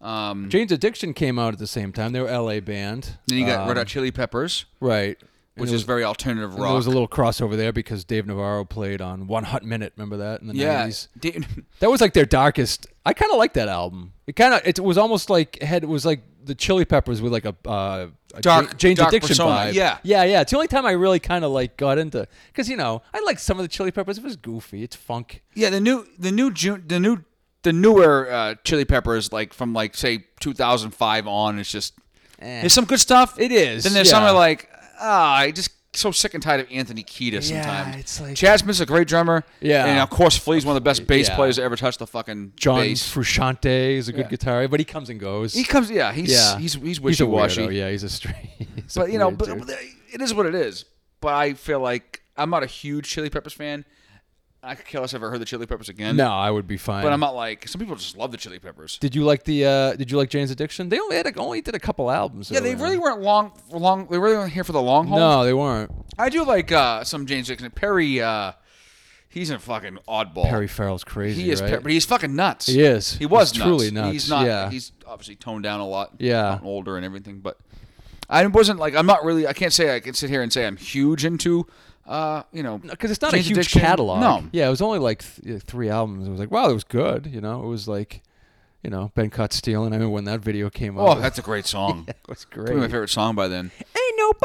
Speaker 1: Um,
Speaker 2: Mm-hmm. Jane's Addiction came out at the same time. They were LA band.
Speaker 1: then he got
Speaker 2: Um,
Speaker 1: Red Hot Chili Peppers,
Speaker 2: right. And
Speaker 1: which
Speaker 2: it
Speaker 1: is very alternative
Speaker 2: was, there
Speaker 1: rock.
Speaker 2: was a little crossover there because Dave Navarro played on One Hot Minute. Remember that in the
Speaker 1: yeah.
Speaker 2: 90s?
Speaker 1: Dude,
Speaker 2: That was like their darkest. I kind of like that album. It kind of it was almost like it had it was like the Chili Peppers with like a, uh, a
Speaker 1: Dark-
Speaker 2: Ja- Jane's
Speaker 1: dark
Speaker 2: Addiction
Speaker 1: persona,
Speaker 2: vibe.
Speaker 1: yeah.
Speaker 2: yeah, yeah. It's the only time I really kind of like got into because you know I like some of the Chili Peppers. It was goofy. It's funk.
Speaker 1: yeah, the new the new June the new the newer uh, Chili Peppers like from like say 2005 on it's just
Speaker 2: Eh.
Speaker 1: there's some good stuff.
Speaker 2: It is,
Speaker 1: Then there's
Speaker 2: yeah.
Speaker 1: some are like ah, I just so sick and tired of Anthony Kiedis
Speaker 2: Yeah,
Speaker 1: sometimes.
Speaker 2: it's like-
Speaker 1: Chad Smith's a great drummer.
Speaker 2: Yeah.
Speaker 1: And of course Flea's one of the best bass
Speaker 2: Yeah.
Speaker 1: players to ever touch the fucking
Speaker 2: John
Speaker 1: bass.
Speaker 2: Frusciante is a good
Speaker 1: Yeah.
Speaker 2: guitar, but he comes and goes.
Speaker 1: He comes yeah, he's
Speaker 2: yeah,
Speaker 1: he's he's
Speaker 2: a
Speaker 1: wishy washy.
Speaker 2: weirdo, Yeah, he's a straight. he's a
Speaker 1: but you know,
Speaker 2: weird
Speaker 1: but,
Speaker 2: dude.
Speaker 1: but it is what it is. But I feel like I'm not a huge Chili Peppers fan. I could care less if I ever heard the Chili Peppers again.
Speaker 2: No, I would be fine.
Speaker 1: But I'm not like some people just love the Chili Peppers.
Speaker 2: did you like the? Uh, did you like Jane's Addiction? They only had a, only did a couple albums.
Speaker 1: Yeah, they
Speaker 2: early on.
Speaker 1: really weren't long. Long. They really weren't here for the long haul.
Speaker 2: No, they weren't.
Speaker 1: I do like uh, some James Dixon. Perry. Uh, he's a fucking oddball.
Speaker 2: Perry Farrell's crazy.
Speaker 1: He is,
Speaker 2: right?
Speaker 1: per- but he's fucking nuts.
Speaker 2: He is.
Speaker 1: He was
Speaker 2: He's
Speaker 1: nuts.
Speaker 2: truly nuts,
Speaker 1: He's not.
Speaker 2: yeah.
Speaker 1: He's obviously toned down a lot.
Speaker 2: Yeah.
Speaker 1: gotten older and everything. But I wasn't like I'm not really. I can't say I can sit here and say I'm huge into. Uh, you know,
Speaker 2: because it's not
Speaker 1: Jane's
Speaker 2: a huge
Speaker 1: Addiction.
Speaker 2: catalog.
Speaker 1: No.
Speaker 2: Yeah, it was only like th- yeah, three albums. It was like, wow, it was good. You know, it was like, you know, Ben Caught Stealing. I mean, when that video came out,
Speaker 1: Oh, that's a great song.
Speaker 2: it was
Speaker 1: Probably my
Speaker 2: great.
Speaker 1: favorite song by then.
Speaker 2: Ain't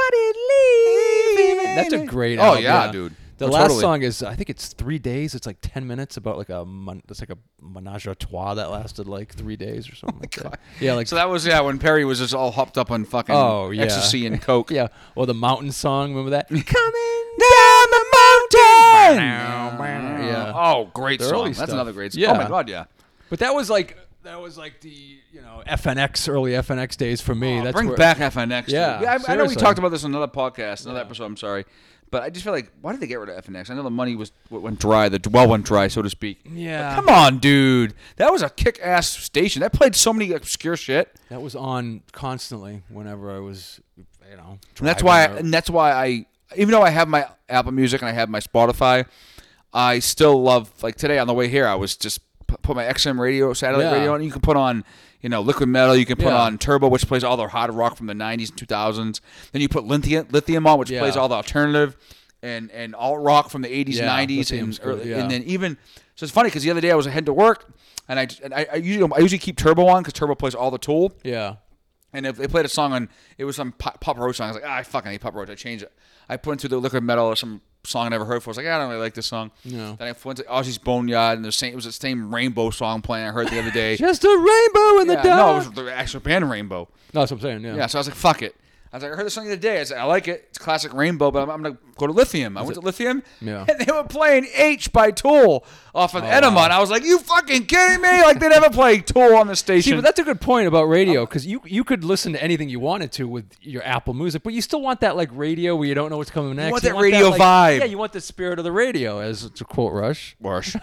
Speaker 2: nobody leaving. That's a great.
Speaker 1: Oh,
Speaker 2: album,
Speaker 1: yeah, dude.
Speaker 2: The
Speaker 1: Oh,
Speaker 2: last
Speaker 1: totally.
Speaker 2: song is I think it's three days. It's like ten minutes about like a mon- it's like a menage a trois that lasted like three days or something. like that. Yeah, like
Speaker 1: Oh So that was yeah when Perry was just all hopped up on fucking
Speaker 2: Oh, yeah.
Speaker 1: ecstasy and coke.
Speaker 2: yeah. Or the mountain song. Remember that? Coming down
Speaker 1: down
Speaker 2: the mountain.
Speaker 1: Yeah.
Speaker 2: yeah.
Speaker 1: Oh, great
Speaker 2: The
Speaker 1: song.
Speaker 2: early
Speaker 1: That's
Speaker 2: stuff.
Speaker 1: another great song.
Speaker 2: Yeah.
Speaker 1: Oh my god, yeah.
Speaker 2: But that was like that was like the you know FNX early FNX days for me. That's
Speaker 1: Bring
Speaker 2: where,
Speaker 1: back FNX. dude.
Speaker 2: Yeah,
Speaker 1: yeah I, I know we
Speaker 2: seriously.
Speaker 1: talked about this on another podcast, another episode. I'm sorry, but I just feel like why did they get rid of FNX? I know the money was what went dry, the well went dry, so to speak. But
Speaker 2: Yeah.
Speaker 1: come on, dude. That was a kick-ass station. That played so many obscure shit.
Speaker 2: That was on constantly whenever I was you know.
Speaker 1: And that's why,
Speaker 2: driving or-
Speaker 1: and that's why I, even though I have my Apple Music and I have my Spotify, I still love like today on the way here. I was just p- put my XM radio, satellite
Speaker 2: Yeah.
Speaker 1: radio on. You can put on, you know, Liquid Metal. You can put
Speaker 2: Yeah.
Speaker 1: on Turbo, which plays all the hard rock from the '90s and 2000s. Then you put Lithium, Lithium on, which
Speaker 2: Yeah.
Speaker 1: plays all the alternative and and alt rock from the '80s,
Speaker 2: Yeah,
Speaker 1: '90s, and
Speaker 2: Lithium's good,
Speaker 1: early,
Speaker 2: yeah.
Speaker 1: and then even. So it's funny because the other day I was heading to work, and I and I, I usually I usually keep Turbo on because Turbo plays all the Tool.
Speaker 2: yeah.
Speaker 1: And if they played a song on, it was some pop, pop roach song. I was like, ah, I fucking hate pop roach. I changed it. I put into the liquid metal or some song I never heard before. I was like, I don't really like this song.
Speaker 2: No.
Speaker 1: Then I went to Ozzy's Boneyard, and the same, it was the same rainbow song playing I heard the other day.
Speaker 2: Just a rainbow in the
Speaker 1: yeah,
Speaker 2: Oh. dark.
Speaker 1: no, it was the actual band Rainbow.
Speaker 2: No, that's what I'm saying. Yeah.
Speaker 1: Yeah, so I was like, fuck it. I was like, I heard this song the other day. I said, I like it. It's classic Rainbow, but I'm, I'm gonna go to Lithium. I went to Lithium,
Speaker 2: Yeah. Oh,
Speaker 1: and they were playing H by Tool off of Enema, and I was like, you fucking kidding me? Like they never play Tool on the
Speaker 2: See,
Speaker 1: station.
Speaker 2: but that's a good point about radio
Speaker 1: Oh.
Speaker 2: because you you could listen to anything you wanted to with your Apple Music, but you still want that like radio where you don't know what's coming next.
Speaker 1: want that radio vibe.
Speaker 2: Yeah, you want the spirit of the radio, as to quote Rush.
Speaker 1: Marsh,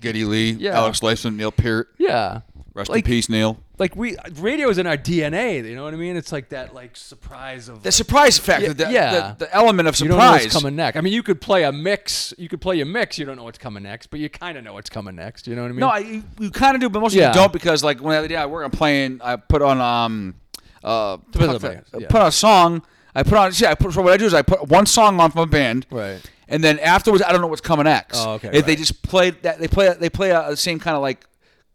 Speaker 1: Geddy Lee,
Speaker 2: Yeah.
Speaker 1: Alex Lifeson, Neil Peart.
Speaker 2: Yeah,
Speaker 1: Rest in
Speaker 2: like,
Speaker 1: peace, Neil.
Speaker 2: Like we, radio is in our DNA. You know what I mean? It's like that like surprise of
Speaker 1: The surprise factor,
Speaker 2: Yeah,
Speaker 1: the,
Speaker 2: yeah.
Speaker 1: the, the element of
Speaker 2: you don't know what's
Speaker 1: surprise.
Speaker 2: coming next. I mean, you could play a mix. You could play a mix. You don't know what's coming next, but you kind of know what's coming next. You know what I mean?
Speaker 1: No, I, you, you kind of do, but most
Speaker 2: Yeah.
Speaker 1: of you don't because like when the other day I work, I'm playing. I put on um uh
Speaker 2: Depends on
Speaker 1: fuck
Speaker 2: the
Speaker 1: that-
Speaker 2: band, yeah.
Speaker 1: put on a song. I put on see. I put so what I do is I put one song on from a band.
Speaker 2: Right.
Speaker 1: And then afterwards, I don't know what's coming next.
Speaker 2: Oh, okay,
Speaker 1: If they
Speaker 2: right.
Speaker 1: just play that, they play they play uh the same kind of like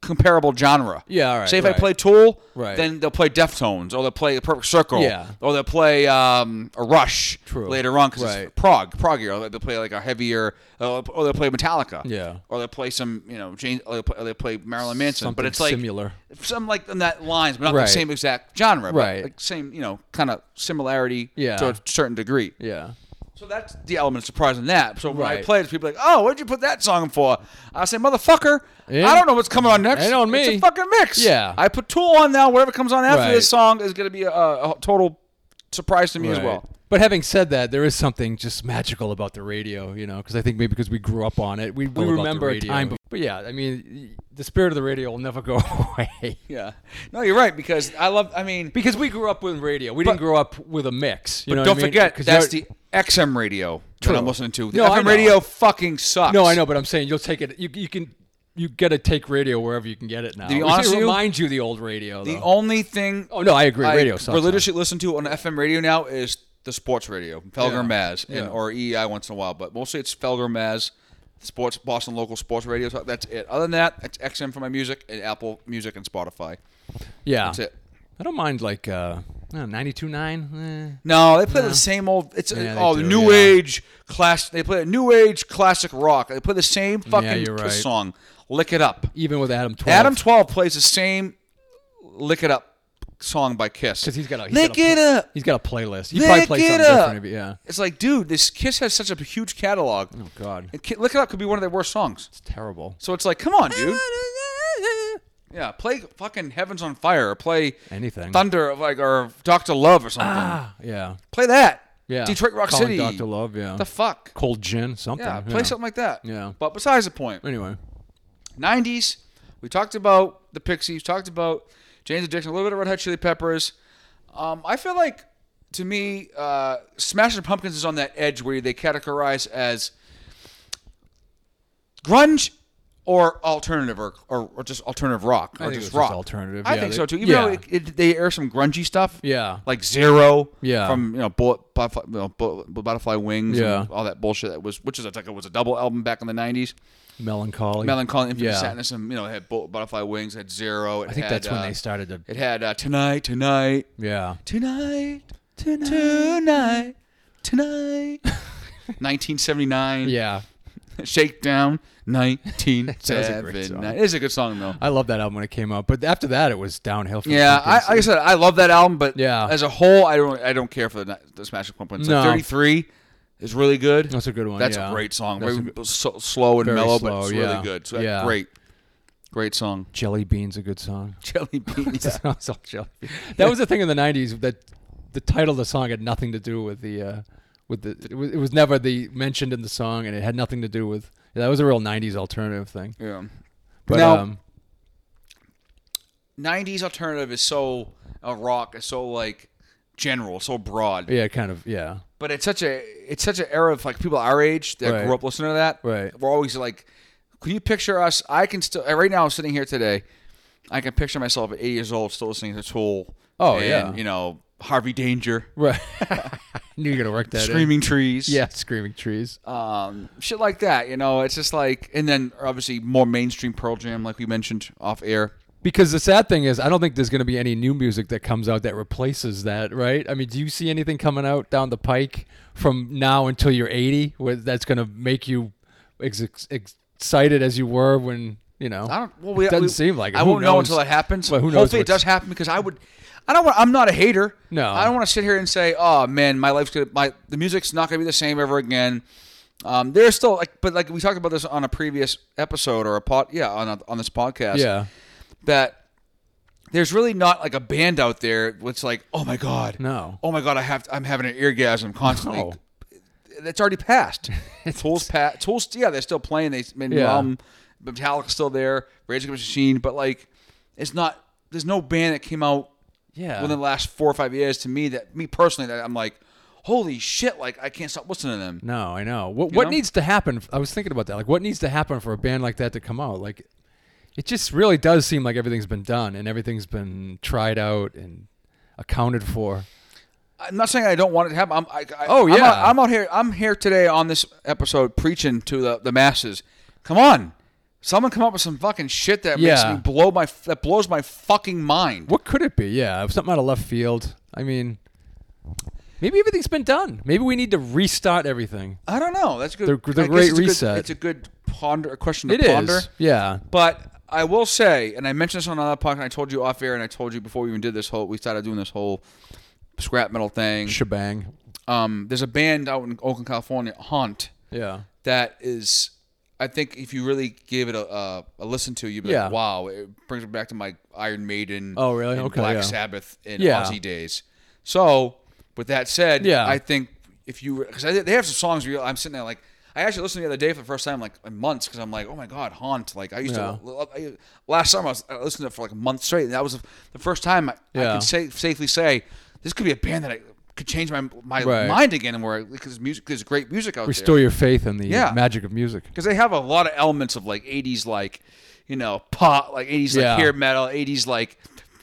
Speaker 1: comparable genre.
Speaker 2: Yeah, all right,
Speaker 1: Say if I
Speaker 2: right.
Speaker 1: play Tool,
Speaker 2: Right.
Speaker 1: then they'll play Deftones, or they'll play The Perfect Circle,
Speaker 2: Yeah.
Speaker 1: or they'll play um, a Rush
Speaker 2: True.
Speaker 1: later on because
Speaker 2: Right.
Speaker 1: it's prog, proggy, or they'll play like a heavier, uh, or they'll play Metallica,
Speaker 2: Yeah.
Speaker 1: or they'll play some, you know, Jane, or they'll play, or they'll play Marilyn Manson, but
Speaker 2: Something
Speaker 1: it's like
Speaker 2: similar.
Speaker 1: some like in that lines, but not
Speaker 2: Right.
Speaker 1: the same exact genre, but
Speaker 2: Right.
Speaker 1: like same, you know, kind of similarity
Speaker 2: Yeah.
Speaker 1: to a certain degree.
Speaker 2: yeah.
Speaker 1: So that's the element of surprise in that. So when I
Speaker 2: Right.
Speaker 1: play it, people are like, "Oh, what'd you put that song for?" I say, "Motherfucker,
Speaker 2: Yeah.
Speaker 1: I don't know what's coming on next.
Speaker 2: Ain't on
Speaker 1: It's
Speaker 2: me."
Speaker 1: a fucking mix.
Speaker 2: Yeah.
Speaker 1: I put Tool on now. Whatever comes on after
Speaker 2: Right.
Speaker 1: this song is gonna be a, a total surprise to me as
Speaker 2: Right.
Speaker 1: well.
Speaker 2: But having said that, there is something just magical about the radio, you know, because I think maybe because we grew up on it,
Speaker 1: Oh,
Speaker 2: we, we
Speaker 3: about the
Speaker 2: remember a
Speaker 3: radio.
Speaker 2: time. Before, but yeah, I mean, the spirit of the radio will never go away
Speaker 1: Yeah, no, you're right because I love. I mean,
Speaker 2: because we grew up with radio. We didn't grow up with a mix. You know,
Speaker 1: don't
Speaker 2: what I mean?
Speaker 1: forget
Speaker 2: 'Cause
Speaker 1: that's
Speaker 2: you're-
Speaker 1: the XM radio
Speaker 2: True.
Speaker 1: that I'm listening to. The
Speaker 2: No, I
Speaker 1: FM
Speaker 2: know.
Speaker 1: radio fucking sucks.
Speaker 2: No, I know, but I'm saying you'll take it. You you can you gotta take radio wherever you can get it now.
Speaker 1: To be
Speaker 2: It
Speaker 1: honest with you,
Speaker 2: reminds you the old radio.
Speaker 1: The
Speaker 2: though.
Speaker 1: only thing
Speaker 2: oh no, I agree.
Speaker 1: I
Speaker 2: radio sucks.
Speaker 1: religiously listen to on FM radio now is the sports radio, Felger Maz, and
Speaker 2: Yeah.
Speaker 1: or EI once in a while, but mostly it's Felger Maz, sports Boston local sports radio. So that's it. Other than that, it's XM for my music and Apple Music and Spotify.
Speaker 2: yeah,
Speaker 1: That's it.
Speaker 2: I don't mind like uh, ninety two nine. Eh,
Speaker 1: No, they play the same old. It's
Speaker 2: Yeah, they
Speaker 1: oh, the
Speaker 2: do,
Speaker 1: new
Speaker 2: yeah.
Speaker 1: age class. They play a new age classic rock. They play the same fucking
Speaker 2: you're right.
Speaker 1: song. Lick it up.
Speaker 2: Even with Adam twelve.
Speaker 1: Adam Twelve plays the same "Lick It Up" song by Kiss.
Speaker 2: 'Cause he's got a- he's
Speaker 1: "Lick
Speaker 2: got a
Speaker 1: It
Speaker 2: pl-
Speaker 1: Up."
Speaker 2: He's got a playlist. He probably
Speaker 1: Lick
Speaker 2: plays
Speaker 1: it
Speaker 2: something
Speaker 1: up.
Speaker 2: different. If, yeah.
Speaker 1: It's like, dude, this Kiss has such a huge catalog. Oh
Speaker 2: God.
Speaker 1: And Ki- "Lick It Up" could be one of their worst songs.
Speaker 2: It's terrible.
Speaker 1: So it's like, come on, dude. Yeah, play fucking "Heavens on Fire" or play
Speaker 2: Anything.
Speaker 1: "Thunder" of like or "Doctor Love" or something.
Speaker 2: Yeah.
Speaker 1: Play that.
Speaker 2: Ah. Yeah.
Speaker 1: Detroit Rock
Speaker 2: Calling
Speaker 1: City.
Speaker 2: Dr. Love, yeah.
Speaker 1: The fuck.
Speaker 2: Cold gin, something.
Speaker 1: Yeah, play something like that.
Speaker 2: Yeah.
Speaker 1: But besides the point,
Speaker 2: Anyway.
Speaker 1: 90s. We talked about the Pixies, talked about Jane's Addiction, a little bit of Red Hot Chili Peppers. Um, I feel like, to me, uh, Smashing Pumpkins is on that edge where they categorize as grunge or alternative or, or, or just alternative rock or
Speaker 2: think
Speaker 1: just
Speaker 2: it's just
Speaker 1: rock.
Speaker 2: alternative,
Speaker 1: I
Speaker 2: yeah,
Speaker 1: think
Speaker 2: they-
Speaker 1: so too. Even
Speaker 2: yeah.
Speaker 1: though it, it, they air some grungy stuff.
Speaker 2: Yeah.
Speaker 1: Like Zero,
Speaker 2: Yeah.
Speaker 1: from you know Bullet Butterfly, you know, Bullet, Butterfly Wings,
Speaker 2: Yeah.
Speaker 1: and all that bullshit that was, which is I think it was a double album back in the '90s.
Speaker 2: Melancholy.
Speaker 1: Melancholy Infinite
Speaker 2: Yeah.
Speaker 1: Sadness, and you know, it had Bu- Butterfly Wings, it had Zero. It
Speaker 2: I think
Speaker 1: had,
Speaker 2: that's when
Speaker 1: uh,
Speaker 2: they started to.
Speaker 1: It had uh, Tonight, Tonight,
Speaker 2: Yeah.
Speaker 1: Tonight, Tonight, Tonight, Tonight. 1979,
Speaker 2: Yeah.
Speaker 1: Shakedown,
Speaker 2: That's a great
Speaker 1: 1979.
Speaker 2: song.
Speaker 1: It is a good song though.
Speaker 2: I love that album when it came out, but after that it was downhill. From
Speaker 1: yeah, I,
Speaker 2: Pumpkins.
Speaker 1: like I said, I love that album, but
Speaker 2: Yeah.
Speaker 1: as a whole, I don't, I don't care for the, the Smashing Pumpkins. Like,
Speaker 2: No.
Speaker 1: 33 is really good.
Speaker 2: That's a good one,
Speaker 1: That's
Speaker 2: yeah.
Speaker 1: a great song.
Speaker 2: That's a
Speaker 1: Very so, slow and
Speaker 2: Very
Speaker 1: mellow,
Speaker 2: slow,
Speaker 1: but it's
Speaker 2: yeah.
Speaker 1: really good. So that's
Speaker 2: Yeah.
Speaker 1: great, great song.
Speaker 2: Jelly Bean's a good song.
Speaker 1: Jelly beans.
Speaker 2: It's all Jelly Bean. That was the thing in the '90s that the title of the song had nothing to do with the uh, with the. It was, it was never the mentioned in the song, and it had nothing to do with. Yeah, that was a real '90s alternative thing.
Speaker 1: Yeah.
Speaker 2: But
Speaker 1: Now-
Speaker 2: um,
Speaker 1: 90s alternative is so uh, rock is so like general so broad
Speaker 2: yeah, kind of yeah.
Speaker 1: but it's such a it's such an era of like people our age that
Speaker 2: Right.
Speaker 1: grew up listening to that
Speaker 2: Right.
Speaker 1: we're always like can you picture us i can still uh, right now i'm sitting here today i can picture myself at 80 years old still listening to tool
Speaker 2: Oh,
Speaker 1: and,
Speaker 2: yeah.
Speaker 1: you know harvey danger
Speaker 2: Right. Knew you were gonna work that in.
Speaker 1: screaming trees
Speaker 2: Yeah, screaming trees.
Speaker 1: um, shit like that you know it's just like and then obviously more mainstream pearl jam like we mentioned off air
Speaker 2: Because the sad thing is, I don't think there's going to be any new music that comes out that replaces that, right? I mean, do you see anything coming out down the pike from now until you're 80 where that's going to make you ex- ex- excited as you were when You know,
Speaker 1: I don't. Well, we,
Speaker 2: doesn't
Speaker 1: we-
Speaker 2: seem like it.
Speaker 1: I
Speaker 2: Who
Speaker 1: won't know
Speaker 2: knows?
Speaker 1: until it happens.
Speaker 2: Well, who knows
Speaker 1: Hopefully, it does
Speaker 2: what's-
Speaker 1: happen because I would. I don't want. I'm not a hater.
Speaker 2: No.
Speaker 1: I don't want to sit here and say, "Oh man, my life's gonna my the music's not gonna be the same ever again." Um, there's still like, but like we talked about this on a previous episode or a pod, yeah, on a, on this podcast,
Speaker 2: yeah,
Speaker 1: that there's really not like a band out there that's like, "Oh my god,
Speaker 2: no,
Speaker 1: oh my god, I have I'm having an orgasm constantly."
Speaker 2: No.
Speaker 1: That's already passed. Tools, pa- Tools, yeah, they're still playing. They made a new
Speaker 2: Yeah.
Speaker 1: album. Metallica's still there. Rage Against the Machine, but like, it's not. There's no band that came out
Speaker 2: yeah.
Speaker 1: within the last four or five years to me that me personally that I'm like, holy shit! Like I can't stop listening to them.
Speaker 2: No, I know. What what
Speaker 1: know?
Speaker 2: needs to happen? I was thinking about that. Like, what needs to happen for a band like that to come out? Like, it just really does seem like everything's been done and everything's been tried out and accounted for.
Speaker 1: I'm not saying I don't want it to happen. I'm, I, I,
Speaker 2: Oh,
Speaker 1: I'm
Speaker 2: yeah.
Speaker 1: out, I'm out here. I'm here today on this episode preaching to the, the masses. Come on, someone come up with some fucking shit that
Speaker 2: Yeah.
Speaker 1: makes me blow my that blows my fucking mind.
Speaker 2: What could it be? Yeah, something out of left field. I mean, maybe everything's been done. Maybe we need to restart everything.
Speaker 1: I don't know. That's good.
Speaker 2: The- the
Speaker 1: I guess
Speaker 2: Great
Speaker 1: it's a good-
Speaker 2: Reset.
Speaker 1: it's a good ponder a question to
Speaker 2: It is.
Speaker 1: ponder.
Speaker 2: Yeah.
Speaker 1: But I will say, and I mentioned this on another podcast. and I told you off air, and I told you before we even did this whole. We started doing this whole scrap metal thing.
Speaker 2: Shebang.
Speaker 1: Um, there's a band out in Oakland, California, Hunt.
Speaker 2: Yeah.
Speaker 1: that is I think if you really gave it a, a, a listen to, you'd be
Speaker 2: Yeah.
Speaker 1: like, wow, it brings me back to my Iron Maiden,
Speaker 2: Oh, really?
Speaker 1: and
Speaker 2: Okay,
Speaker 1: Black
Speaker 2: yeah.
Speaker 1: Sabbath, and
Speaker 2: Yeah.
Speaker 1: Ozzy days. So, with that said,
Speaker 2: Yeah.
Speaker 1: I think if you because they have some songs where you- I'm sitting there like I actually listened the other day for the first time like in months because I'm like, oh my god, Haunt! Like I used to I, last summer I, was, I listened to it for like a month straight, and that was the first time I, I
Speaker 2: Yeah.
Speaker 1: could say, safely say this could be a band that I could change my my
Speaker 2: Right.
Speaker 1: mind again, and where because music there's great music out there
Speaker 2: Restore your faith in the
Speaker 1: Yeah.
Speaker 2: magic of music.
Speaker 1: because they have a lot of elements of like 80s like you know pop like 80s
Speaker 2: Yeah.
Speaker 1: like hair metal 80s like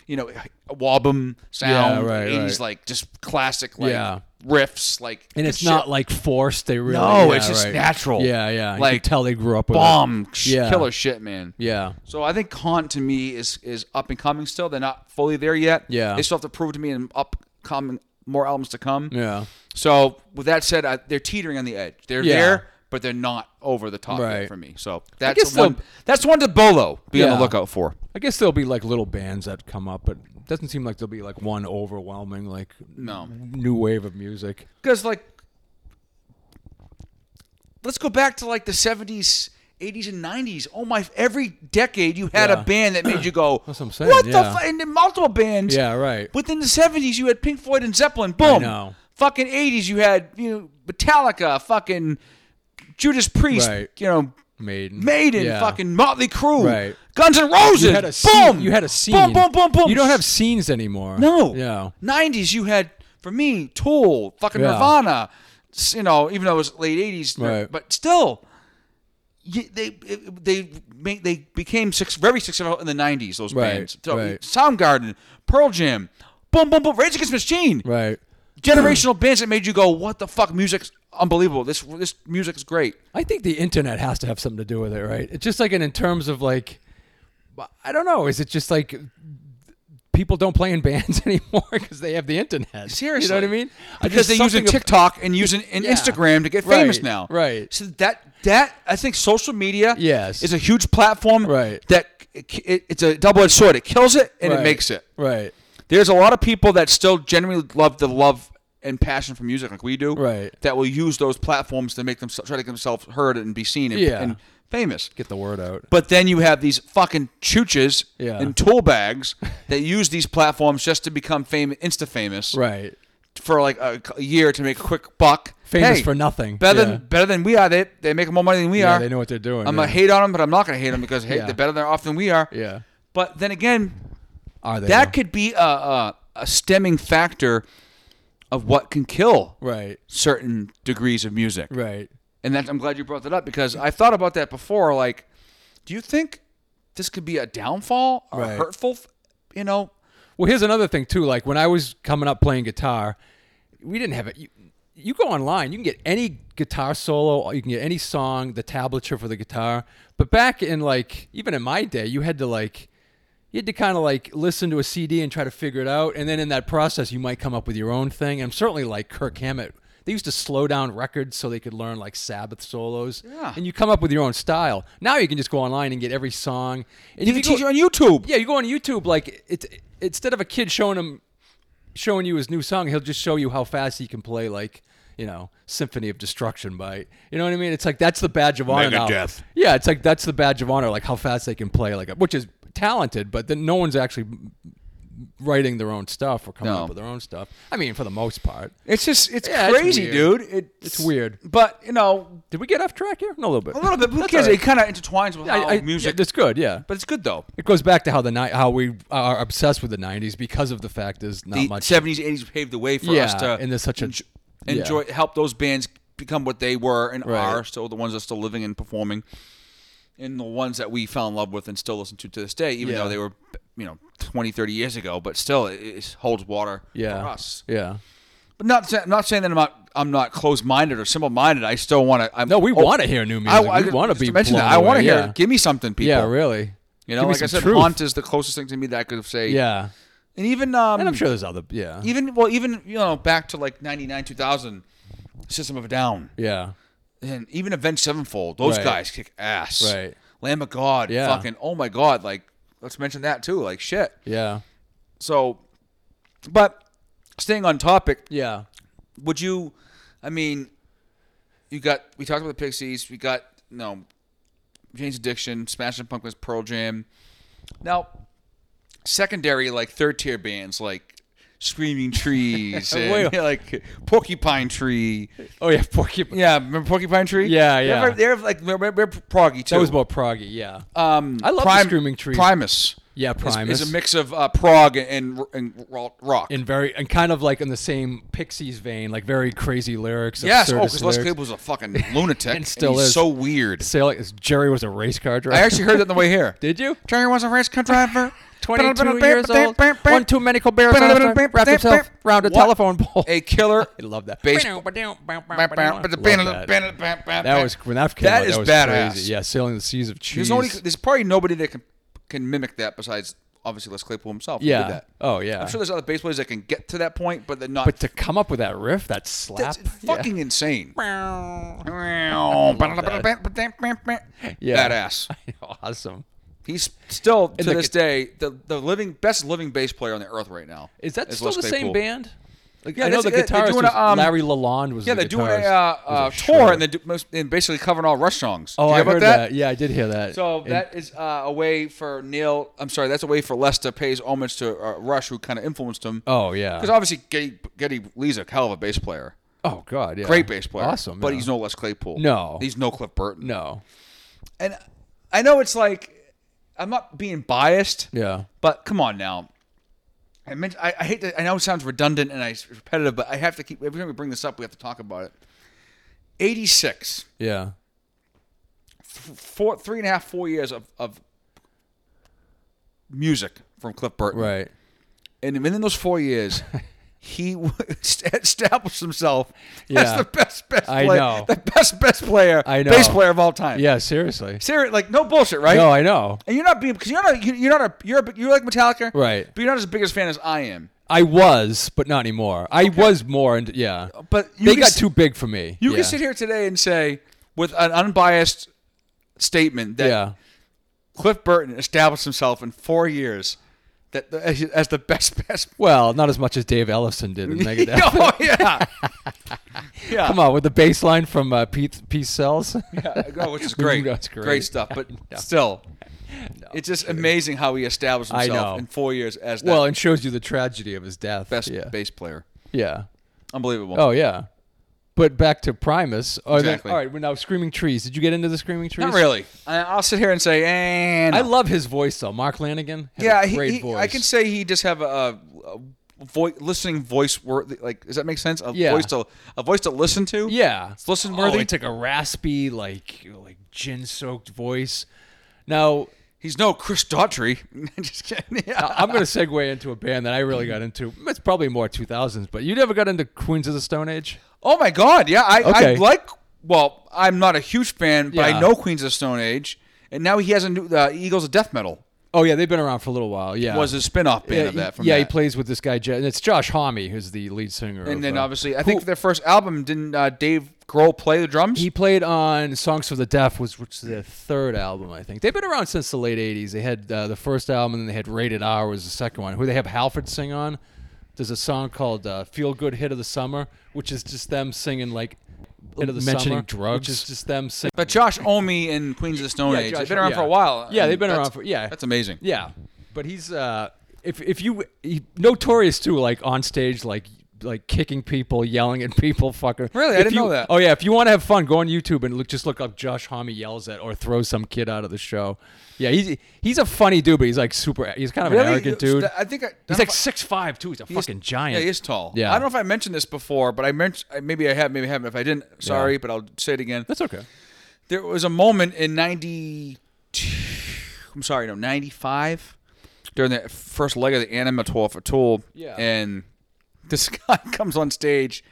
Speaker 1: you know wobum sound
Speaker 2: Yeah, right,
Speaker 1: 80s
Speaker 2: right.
Speaker 1: like just classic like
Speaker 2: Yeah.
Speaker 1: riffs like
Speaker 2: And
Speaker 1: good
Speaker 2: it's
Speaker 1: shit.
Speaker 2: not like forced. They really.
Speaker 1: No,
Speaker 2: yeah,
Speaker 1: it's just
Speaker 2: right.
Speaker 1: natural.
Speaker 2: Yeah, yeah. You
Speaker 1: Like,
Speaker 2: can tell they grew up with it.
Speaker 1: bomb sh-
Speaker 2: Yeah.
Speaker 1: killer shit man
Speaker 2: Yeah.
Speaker 1: so I think Kant to me is is up and coming still they're not fully there yet
Speaker 2: Yeah.
Speaker 1: they still have to prove to me and up coming more albums to come
Speaker 2: Yeah.
Speaker 1: so with that said I, they're teetering on the edge they're
Speaker 2: Yeah.
Speaker 1: there but they're not over the top yet
Speaker 2: Right.
Speaker 1: for me so
Speaker 2: guess
Speaker 1: that's the one
Speaker 2: they'll-
Speaker 1: that's one to bolo be on
Speaker 2: Yeah.
Speaker 1: the lookout for
Speaker 2: I guess there'll be like little bands that come up, but it doesn't seem like there'll be like one overwhelming like
Speaker 1: No.
Speaker 2: new wave of music.
Speaker 1: Because like, let's go back to like the seventies, eighties, and nineties. Oh my! Every decade, you had
Speaker 2: Yeah.
Speaker 1: a band that made you go.
Speaker 2: That's what I'm saying,
Speaker 1: What the?
Speaker 2: yeah.
Speaker 1: Fu-? And then multiple bands.
Speaker 2: Yeah, right.
Speaker 1: Within the seventies, you had Pink Floyd and Zeppelin. Boom.
Speaker 2: know.
Speaker 1: Fucking eighties, you had you know Metallica, fucking Judas Priest,
Speaker 2: Right.
Speaker 1: you know
Speaker 2: Maiden,
Speaker 1: Maiden,
Speaker 2: Yeah.
Speaker 1: fucking Motley Crue,
Speaker 2: Right.
Speaker 1: Guns N' Roses.
Speaker 2: You had a scene.
Speaker 1: boom.
Speaker 2: You had a scene.
Speaker 1: Boom, boom, boom, boom.
Speaker 2: You don't have scenes anymore.
Speaker 1: No.
Speaker 2: Yeah.
Speaker 1: Nineties, you had for me Tool, fucking
Speaker 2: Yeah.
Speaker 1: Nirvana. s- You know, even though it was late eighties,
Speaker 2: Right.
Speaker 1: but still, you, they it- they make, they became six, very successful in the nineties. Those
Speaker 2: Right,
Speaker 1: bands, so,
Speaker 2: right.
Speaker 1: Soundgarden, Pearl Jam, boom, boom, boom, Rage Against the Machine,
Speaker 2: Right.
Speaker 1: generational bands that made you go, "What the fuck? Music's unbelievable. This this music is great."
Speaker 2: I think the internet has to have something to do with it, right? It's just like in, in terms of like, I don't know. Is it just like people don't play in bands anymore because they have the internet?
Speaker 1: Seriously,
Speaker 2: You know what I mean? I
Speaker 1: Because
Speaker 2: just-
Speaker 1: they're using
Speaker 2: something ab-
Speaker 1: TikTok and using and
Speaker 2: Yeah.
Speaker 1: Instagram to get
Speaker 2: Right,
Speaker 1: famous now.
Speaker 2: right.
Speaker 1: So that that I think social media
Speaker 2: Yes.
Speaker 1: is a huge platform.
Speaker 2: Right.
Speaker 1: That it, it- it's a double edged sword. It kills it and
Speaker 2: Right.
Speaker 1: it makes it.
Speaker 2: Right.
Speaker 1: There's a lot of people that still genuinely love the love and passion for music like we do.
Speaker 2: Right.
Speaker 1: That will use those platforms to make them try to get themselves heard and be seen and,
Speaker 2: Yeah.
Speaker 1: and famous.
Speaker 2: Get the word out.
Speaker 1: But then you have these fucking chooches
Speaker 2: Yeah.
Speaker 1: and tool bags that use these platforms just to become famous, insta famous
Speaker 2: Right.
Speaker 1: for like a, a year to make a quick buck.
Speaker 2: Famous
Speaker 1: Hey,
Speaker 2: for nothing.
Speaker 1: Better
Speaker 2: Yeah.
Speaker 1: than better than we are. They they make more money than we
Speaker 2: Yeah,
Speaker 1: are.
Speaker 2: they know what they're doing.
Speaker 1: I'm
Speaker 2: yeah.
Speaker 1: gonna hate on them, but I'm not gonna hate them because hey,
Speaker 2: Yeah.
Speaker 1: they're better than off than we are.
Speaker 2: Yeah.
Speaker 1: But then again,
Speaker 2: Are they?
Speaker 1: that could be a, a a stemming factor of what can kill
Speaker 2: right.
Speaker 1: certain degrees of music.
Speaker 2: Right.
Speaker 1: And that I'm glad you brought that up because I thought about that before. Like, do you think this could be a downfall or
Speaker 2: Right.
Speaker 1: hurtful? f- You know,
Speaker 2: Well, here's another thing too. Like when I was coming up playing guitar, we didn't have it. You, you go online, you can get any guitar solo, or you can get any song, the tablature for the guitar. But back in like even in my day, you had to like you had to kind of like listen to a CD and try to figure it out, and then in that process, you might come up with your own thing. And certainly like Kirk Hammett, They used to slow down records so they could learn like Sabbath solos.
Speaker 1: Yeah.
Speaker 2: And you come up with your own style. Now you can just go online and get every song. And
Speaker 1: You can
Speaker 2: go-
Speaker 1: teach it on YouTube.
Speaker 2: yeah, you go on YouTube. Like it's instead of a kid showing him, showing you his new song, he'll just show you how fast he can play. Like you know, Symphony of Destruction by you know what I mean. It's like that's the badge of honor. now.
Speaker 1: Megadeth.
Speaker 2: Yeah, it's like that's the badge of honor. Like how fast they can play. Like which is talented, but then no one's actually writing their own stuff or coming
Speaker 1: No.
Speaker 2: up with their own stuff. I mean, for the most part.
Speaker 1: It's just it's
Speaker 2: Yeah, it's
Speaker 1: crazy,
Speaker 2: weird.
Speaker 1: dude. It,
Speaker 2: It's weird.
Speaker 1: But you know,
Speaker 2: Did we get off track here? No, a little bit.
Speaker 1: a little bit. Who
Speaker 2: That's
Speaker 1: cares?
Speaker 2: all right.
Speaker 1: It kind of intertwines with
Speaker 2: I-
Speaker 1: how
Speaker 2: I-
Speaker 1: music.
Speaker 2: yeah, that's good. Yeah.
Speaker 1: but it's good though.
Speaker 2: It goes back to how the ni- how we are obsessed with the '90s because of the fact is not
Speaker 1: The
Speaker 2: much.
Speaker 1: seventies, eighties paved the way for us
Speaker 2: Yeah,
Speaker 1: to
Speaker 2: and there's such a-
Speaker 1: enj-
Speaker 2: yeah.
Speaker 1: enjoy, help those bands become what they were and
Speaker 2: Right.
Speaker 1: are still the ones that are still living and performing, and the ones that we fell in love with and still listen to to this day, even
Speaker 2: Yeah.
Speaker 1: though they were, you know, 20, 30 years ago. But still, it, it holds water
Speaker 2: yeah.
Speaker 1: for us.
Speaker 2: Yeah.
Speaker 1: But not sa- not saying that I'm not I'm not closed minded or simple minded. I still want to.
Speaker 2: No, we want to hear new music. we want to be.
Speaker 1: Mention that.
Speaker 2: blown
Speaker 1: I want to
Speaker 2: away.
Speaker 1: hear.
Speaker 2: Yeah.
Speaker 1: Give me something, people.
Speaker 2: yeah, really.
Speaker 1: You know,
Speaker 2: Give
Speaker 1: like
Speaker 2: me
Speaker 1: I
Speaker 2: some
Speaker 1: said,
Speaker 2: truth.
Speaker 1: haunt is the closest thing to me that I could say.
Speaker 2: Yeah.
Speaker 1: and even um,
Speaker 2: And I'm sure there's other. Yeah.
Speaker 1: even well, even you know, back to like '99, 2000, System of a Down,
Speaker 2: Yeah.
Speaker 1: and even Avenged Sevenfold. Those
Speaker 2: Right.
Speaker 1: guys kick ass.
Speaker 2: Right.
Speaker 1: Lamb of God.
Speaker 2: Yeah.
Speaker 1: Fucking. Oh my God. Like, let's mention that too. Like shit.
Speaker 2: Yeah.
Speaker 1: So, but staying on topic,
Speaker 2: Yeah.
Speaker 1: would you i mean you got we talked about the pixies we got no jane's addiction smashing pumpkins pearl jam now secondary like third tier bands like screaming trees and
Speaker 2: Wait.
Speaker 1: like porcupine tree
Speaker 2: Oh yeah, porcupine.
Speaker 1: yeah remember porcupine tree
Speaker 2: Yeah,
Speaker 1: They're
Speaker 2: yeah.
Speaker 1: very- they're, like they're, they're proggy too
Speaker 2: That was more proggy. Yeah.
Speaker 1: um
Speaker 2: I love the
Speaker 1: Prime-
Speaker 2: Screaming Trees.
Speaker 1: primus
Speaker 2: Yeah,
Speaker 1: is-
Speaker 2: Primus.
Speaker 1: is a mix of uh, prog and, and ro- rock
Speaker 2: in very and kind of like in the same Pixies vein, like very crazy lyrics.
Speaker 1: yes oh
Speaker 2: absurdist
Speaker 1: because les
Speaker 2: lyrics.
Speaker 1: claypool's a fucking lunatic
Speaker 2: And still
Speaker 1: he's
Speaker 2: is.
Speaker 1: so weird
Speaker 2: Say like this, Jerry was a race car driver.
Speaker 1: I actually heard that on the way here.
Speaker 2: Did you?
Speaker 1: Jerry was a race car driver.
Speaker 2: 22 years old. One too many bears wrapped himself around a
Speaker 1: What
Speaker 2: telephone pole.
Speaker 1: A killer.
Speaker 2: I love that.
Speaker 1: Baseball.
Speaker 2: Love that. That was when that came
Speaker 1: That
Speaker 2: out,
Speaker 1: is
Speaker 2: that was
Speaker 1: badass.
Speaker 2: Crazy. Yeah, sailing the seas of cheese.
Speaker 1: There's only there's probably nobody that can can mimic that besides obviously Les Claypool himself. who
Speaker 2: yeah.
Speaker 1: Did that.
Speaker 2: Oh yeah.
Speaker 1: I'm sure there's other bass players that can get to that point, but they're not.
Speaker 2: but to come up with that riff, that slap,
Speaker 1: that's fucking insane.
Speaker 2: yeah. Yeah.
Speaker 1: Badass.
Speaker 2: awesome.
Speaker 1: He's still to
Speaker 2: the-
Speaker 1: this day the, the living best living bass player on the earth right now.
Speaker 2: Is that
Speaker 1: is
Speaker 2: still
Speaker 1: Les
Speaker 2: the same
Speaker 1: Claypool.
Speaker 2: band? Like,
Speaker 1: Yeah,
Speaker 2: I know the
Speaker 1: that's- they're
Speaker 2: guitarist
Speaker 1: doing
Speaker 2: was
Speaker 1: a, um,
Speaker 2: Larry Lalonde was
Speaker 1: Yeah,
Speaker 2: the
Speaker 1: they're doing a,
Speaker 2: guitarist.
Speaker 1: uh,
Speaker 2: He was
Speaker 1: uh,
Speaker 2: a
Speaker 1: tour
Speaker 2: shredder.
Speaker 1: and they do most, and basically covering all Rush songs.
Speaker 2: oh,
Speaker 1: Did you
Speaker 2: I
Speaker 1: hear about
Speaker 2: heard
Speaker 1: that?
Speaker 2: that? Yeah, I did hear that.
Speaker 1: So
Speaker 2: And-
Speaker 1: that is uh, a way for Neil. I'm sorry, that's a way for Lester pays homage to uh, Rush, who kind of influenced him.
Speaker 2: oh yeah.
Speaker 1: Because obviously, Getty, Getty Lee's a hell of a bass player,
Speaker 2: oh god, yeah.
Speaker 1: great bass player.
Speaker 2: Awesome.
Speaker 1: but
Speaker 2: yeah.
Speaker 1: he's no Les Claypool.
Speaker 2: No.
Speaker 1: he's no Cliff Burton.
Speaker 2: no.
Speaker 1: And I know it's like I'm not being biased,
Speaker 2: Yeah.
Speaker 1: but come on now. I, meant, I, I hate to, I know it sounds redundant and I, it's repetitive, but I have to keep, every time we bring this up, we have to talk about it. 86,
Speaker 2: Yeah.
Speaker 1: four, three and a half, four years of, of music from Cliff Burton.
Speaker 2: Right.
Speaker 1: And within those four years, he w- established himself as
Speaker 2: Yeah.
Speaker 1: the best, best
Speaker 2: I
Speaker 1: player.
Speaker 2: know.
Speaker 1: The best, best player.
Speaker 2: I know.
Speaker 1: Bass player of all time.
Speaker 2: Yeah. Seriously.
Speaker 1: Seriously, like, no bullshit, right?
Speaker 2: No, I know.
Speaker 1: And you're not being, because you're not, a, you're not a, you're a, you like Metallica.
Speaker 2: Right.
Speaker 1: But you're not as big as fan as I am.
Speaker 2: I was, but not anymore. I was more, and yeah,
Speaker 1: But you
Speaker 2: they
Speaker 1: can
Speaker 2: got
Speaker 1: s-
Speaker 2: too big for me.
Speaker 1: You
Speaker 2: yeah.
Speaker 1: can sit here today and say, with an unbiased statement, that
Speaker 2: Yeah,
Speaker 1: Cliff Burton established himself in four years that the, as, as the best, best.
Speaker 2: well, not as much as Dave Ellison did in Megadeth.
Speaker 1: oh yeah, yeah.
Speaker 2: Come on, with the bass line from uh, Pete Peace Cells.
Speaker 1: Yeah, no, which is great.
Speaker 2: That's
Speaker 1: great,
Speaker 2: great.
Speaker 1: stuff. But still, it's just amazing how he established
Speaker 2: I
Speaker 1: himself
Speaker 2: know.
Speaker 1: in four years as the
Speaker 2: well, and shows you the tragedy of his death.
Speaker 1: best
Speaker 2: yeah.
Speaker 1: bass player.
Speaker 2: yeah.
Speaker 1: Unbelievable.
Speaker 2: Oh yeah. But back to Primus. Oh, then-
Speaker 1: Exactly.
Speaker 2: all right, we're now Screaming Trees. Did you get into the Screaming Trees?
Speaker 1: not really. I, I'll sit here and say, and
Speaker 2: I love his voice though. Mark Lanigan. Had
Speaker 1: yeah,
Speaker 2: a
Speaker 1: he,
Speaker 2: great
Speaker 1: he-
Speaker 2: voice.
Speaker 1: I can say he just have a, a voice listening voice worthy. Like, does that make sense? A
Speaker 2: Yeah.
Speaker 1: voice to a voice to listen to.
Speaker 2: Yeah,
Speaker 1: It's listen
Speaker 2: Oh,
Speaker 1: worthy.
Speaker 2: it's like a raspy, like like gin soaked voice. Now
Speaker 1: He's no Chris Daughtry. just kidding. Yeah.
Speaker 2: I'm going to segue into a band that I really got into. It's probably more 2000s, but you never got into Queens of the Stone Age.
Speaker 1: Oh my God. Yeah, I, I
Speaker 2: Okay.
Speaker 1: like. Well, I'm not a huge fan, but I
Speaker 2: Yeah.
Speaker 1: know Queens of the Stone Age, and now he has a new the uh, Eagles of Death Metal.
Speaker 2: Oh yeah, they've been around for a little while. Yeah,
Speaker 1: was a spin-off band
Speaker 2: yeah,
Speaker 1: of that.
Speaker 2: he-
Speaker 1: From
Speaker 2: yeah,
Speaker 1: that.
Speaker 2: he plays with this guy, Je- and it's Josh Homme who's the lead singer. of,
Speaker 1: And then
Speaker 2: uh,
Speaker 1: obviously, I think their first album didn't uh, Dave Grohl play the drums.
Speaker 2: He played on Songs for the Deaf, was which is their third album, I think. They've been around since the late '80s. They had uh, the first album, and then they had Rated R was the second one. Who they have Halford sing on? There's a song called uh, "Feel Good Hit of the Summer," which is just them singing like "Hit of the
Speaker 3: Mentioning
Speaker 2: Summer,"
Speaker 3: drugs.
Speaker 2: which is just them singing.
Speaker 1: but Josh Omi and Queens of the Stone
Speaker 2: Yeah,
Speaker 1: Age,
Speaker 2: Josh-
Speaker 1: they've been around
Speaker 2: yeah.
Speaker 1: for a while.
Speaker 2: Yeah,
Speaker 1: and
Speaker 2: they've been
Speaker 1: that's-
Speaker 2: around for yeah.
Speaker 1: That's amazing.
Speaker 2: Yeah, but he's uh, if if you he, notorious too, like on stage, like like kicking people, yelling at people, fucker.
Speaker 1: Really? I
Speaker 2: If
Speaker 1: didn't
Speaker 2: you-
Speaker 1: know that.
Speaker 2: Oh yeah, if you want to have fun, go on YouTube and look, just look up Josh Homme yells at or throws some kid out of the show. Yeah, he's he's a funny dude, but he's like super. He's kind of an arrogant dude.
Speaker 1: I think I,
Speaker 2: he's like six five too. He's a fucking giant.
Speaker 1: Yeah, he is tall.
Speaker 2: Yeah.
Speaker 1: I don't know if I mentioned this before, but I mentioned maybe I have, maybe I haven't. If I didn't, sorry, but I'll say it again.
Speaker 2: That's okay.
Speaker 1: there was a moment in 92 i'm sorry no 95 during the first leg of the anima tour for tool
Speaker 2: Yeah.
Speaker 1: and this guy comes on stage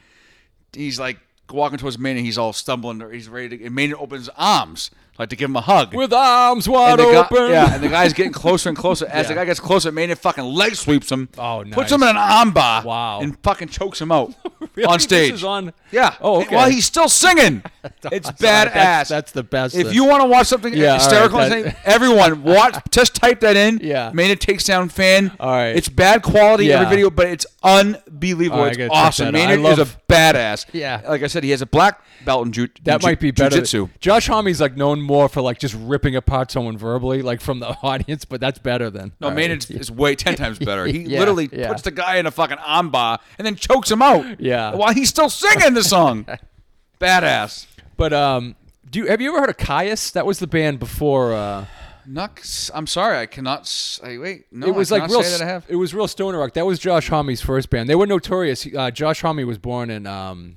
Speaker 1: he's like walking towards Maynard. he's all stumbling or he's ready to and Maynard opens arms like to give him a hug
Speaker 2: With arms wide
Speaker 1: and the, guy-
Speaker 2: open.
Speaker 1: yeah, and the guy's getting closer and closer. As the
Speaker 2: Yeah.
Speaker 1: guy gets closer, Maynard fucking leg sweeps him.
Speaker 2: Oh,
Speaker 1: Puts
Speaker 2: nice.
Speaker 1: him in an armbar.
Speaker 2: Wow.
Speaker 1: And fucking chokes him out
Speaker 2: Really?
Speaker 1: on
Speaker 2: This
Speaker 1: stage.
Speaker 2: is on-
Speaker 1: Yeah.
Speaker 2: Oh,
Speaker 1: And
Speaker 2: okay.
Speaker 1: While he's still singing, it's
Speaker 2: awesome.
Speaker 1: badass.
Speaker 2: That's- that's the best
Speaker 1: If
Speaker 2: then.
Speaker 1: you want to watch something
Speaker 2: Yeah, all
Speaker 1: hysterical,
Speaker 2: right,
Speaker 1: and
Speaker 2: that-
Speaker 1: thing, everyone watch. Just type that in.
Speaker 2: Yeah.
Speaker 1: Maynard takes down fan.
Speaker 2: All right.
Speaker 1: It's bad quality
Speaker 2: Yeah.
Speaker 1: every video, but it's unbelievable.
Speaker 2: All right,
Speaker 1: it's
Speaker 2: I gotta check
Speaker 1: awesome.
Speaker 2: that out. I
Speaker 1: Maynard is
Speaker 2: love-
Speaker 1: a badass.
Speaker 2: Yeah.
Speaker 1: Like I said, he has a black belt in ju-
Speaker 2: That
Speaker 1: ju-
Speaker 2: might be better.
Speaker 1: Jiu-jitsu.
Speaker 2: than- Josh Homme's like known more for like just ripping apart someone verbally, like from the audience, but that's better than.
Speaker 1: No,
Speaker 2: All right.
Speaker 1: Maynard is way ten times better. He
Speaker 2: Yeah,
Speaker 1: literally
Speaker 2: yeah.
Speaker 1: puts the guy in a fucking armbar and then chokes him out.
Speaker 2: Yeah.
Speaker 1: while he's still singing the song. Badass.
Speaker 2: But um, do you, have you ever heard of Caius? That was the band before. Uh,
Speaker 1: Not, c- I'm sorry, I cannot. s- I, wait, no,
Speaker 2: it was
Speaker 1: Oh, I
Speaker 2: like
Speaker 1: cannot
Speaker 2: real.
Speaker 1: say that I have.
Speaker 2: It was real stoner rock. That was Josh Homme's first band. They were notorious. He- Uh, Josh Homme was born in um,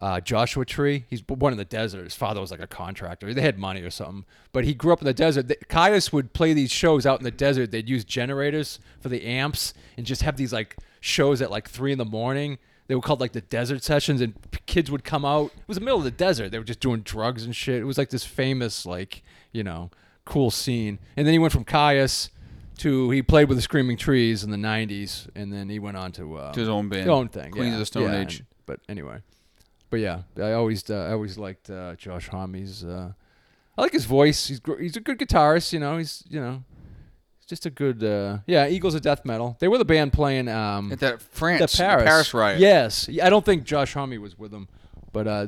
Speaker 2: uh, Joshua Tree. He's b- born in the desert. His father was like a contractor. They had money or something, but he grew up in the desert. The, Caius would play these shows out in the desert. They'd use generators for the amps and just have these like shows at like three in the morning. They were called like the desert sessions, and p- kids would come out. It was the middle of the desert. They were just doing drugs and shit. It was like this famous, like you know, cool scene. And then he went from Caius to he played with the Screaming Trees in the '90s, and then he went on to uh,
Speaker 1: To his own band,
Speaker 2: own thing,
Speaker 1: Queens
Speaker 2: yeah,
Speaker 1: of the Stone
Speaker 2: yeah,
Speaker 1: Age.
Speaker 2: and- but anyway, but yeah, I always uh, I always liked uh, Josh Homme's. Uh, I like his voice. He's gr- he's a good guitarist. You know, he's you know, he's just a good. Uh, yeah, Eagles of death metal. They were the band playing um,
Speaker 1: Mm. At that France,
Speaker 2: the
Speaker 1: the
Speaker 2: Paris
Speaker 1: riot.
Speaker 2: Yes, Yeah, I don't think Josh Homme was with them, but uh,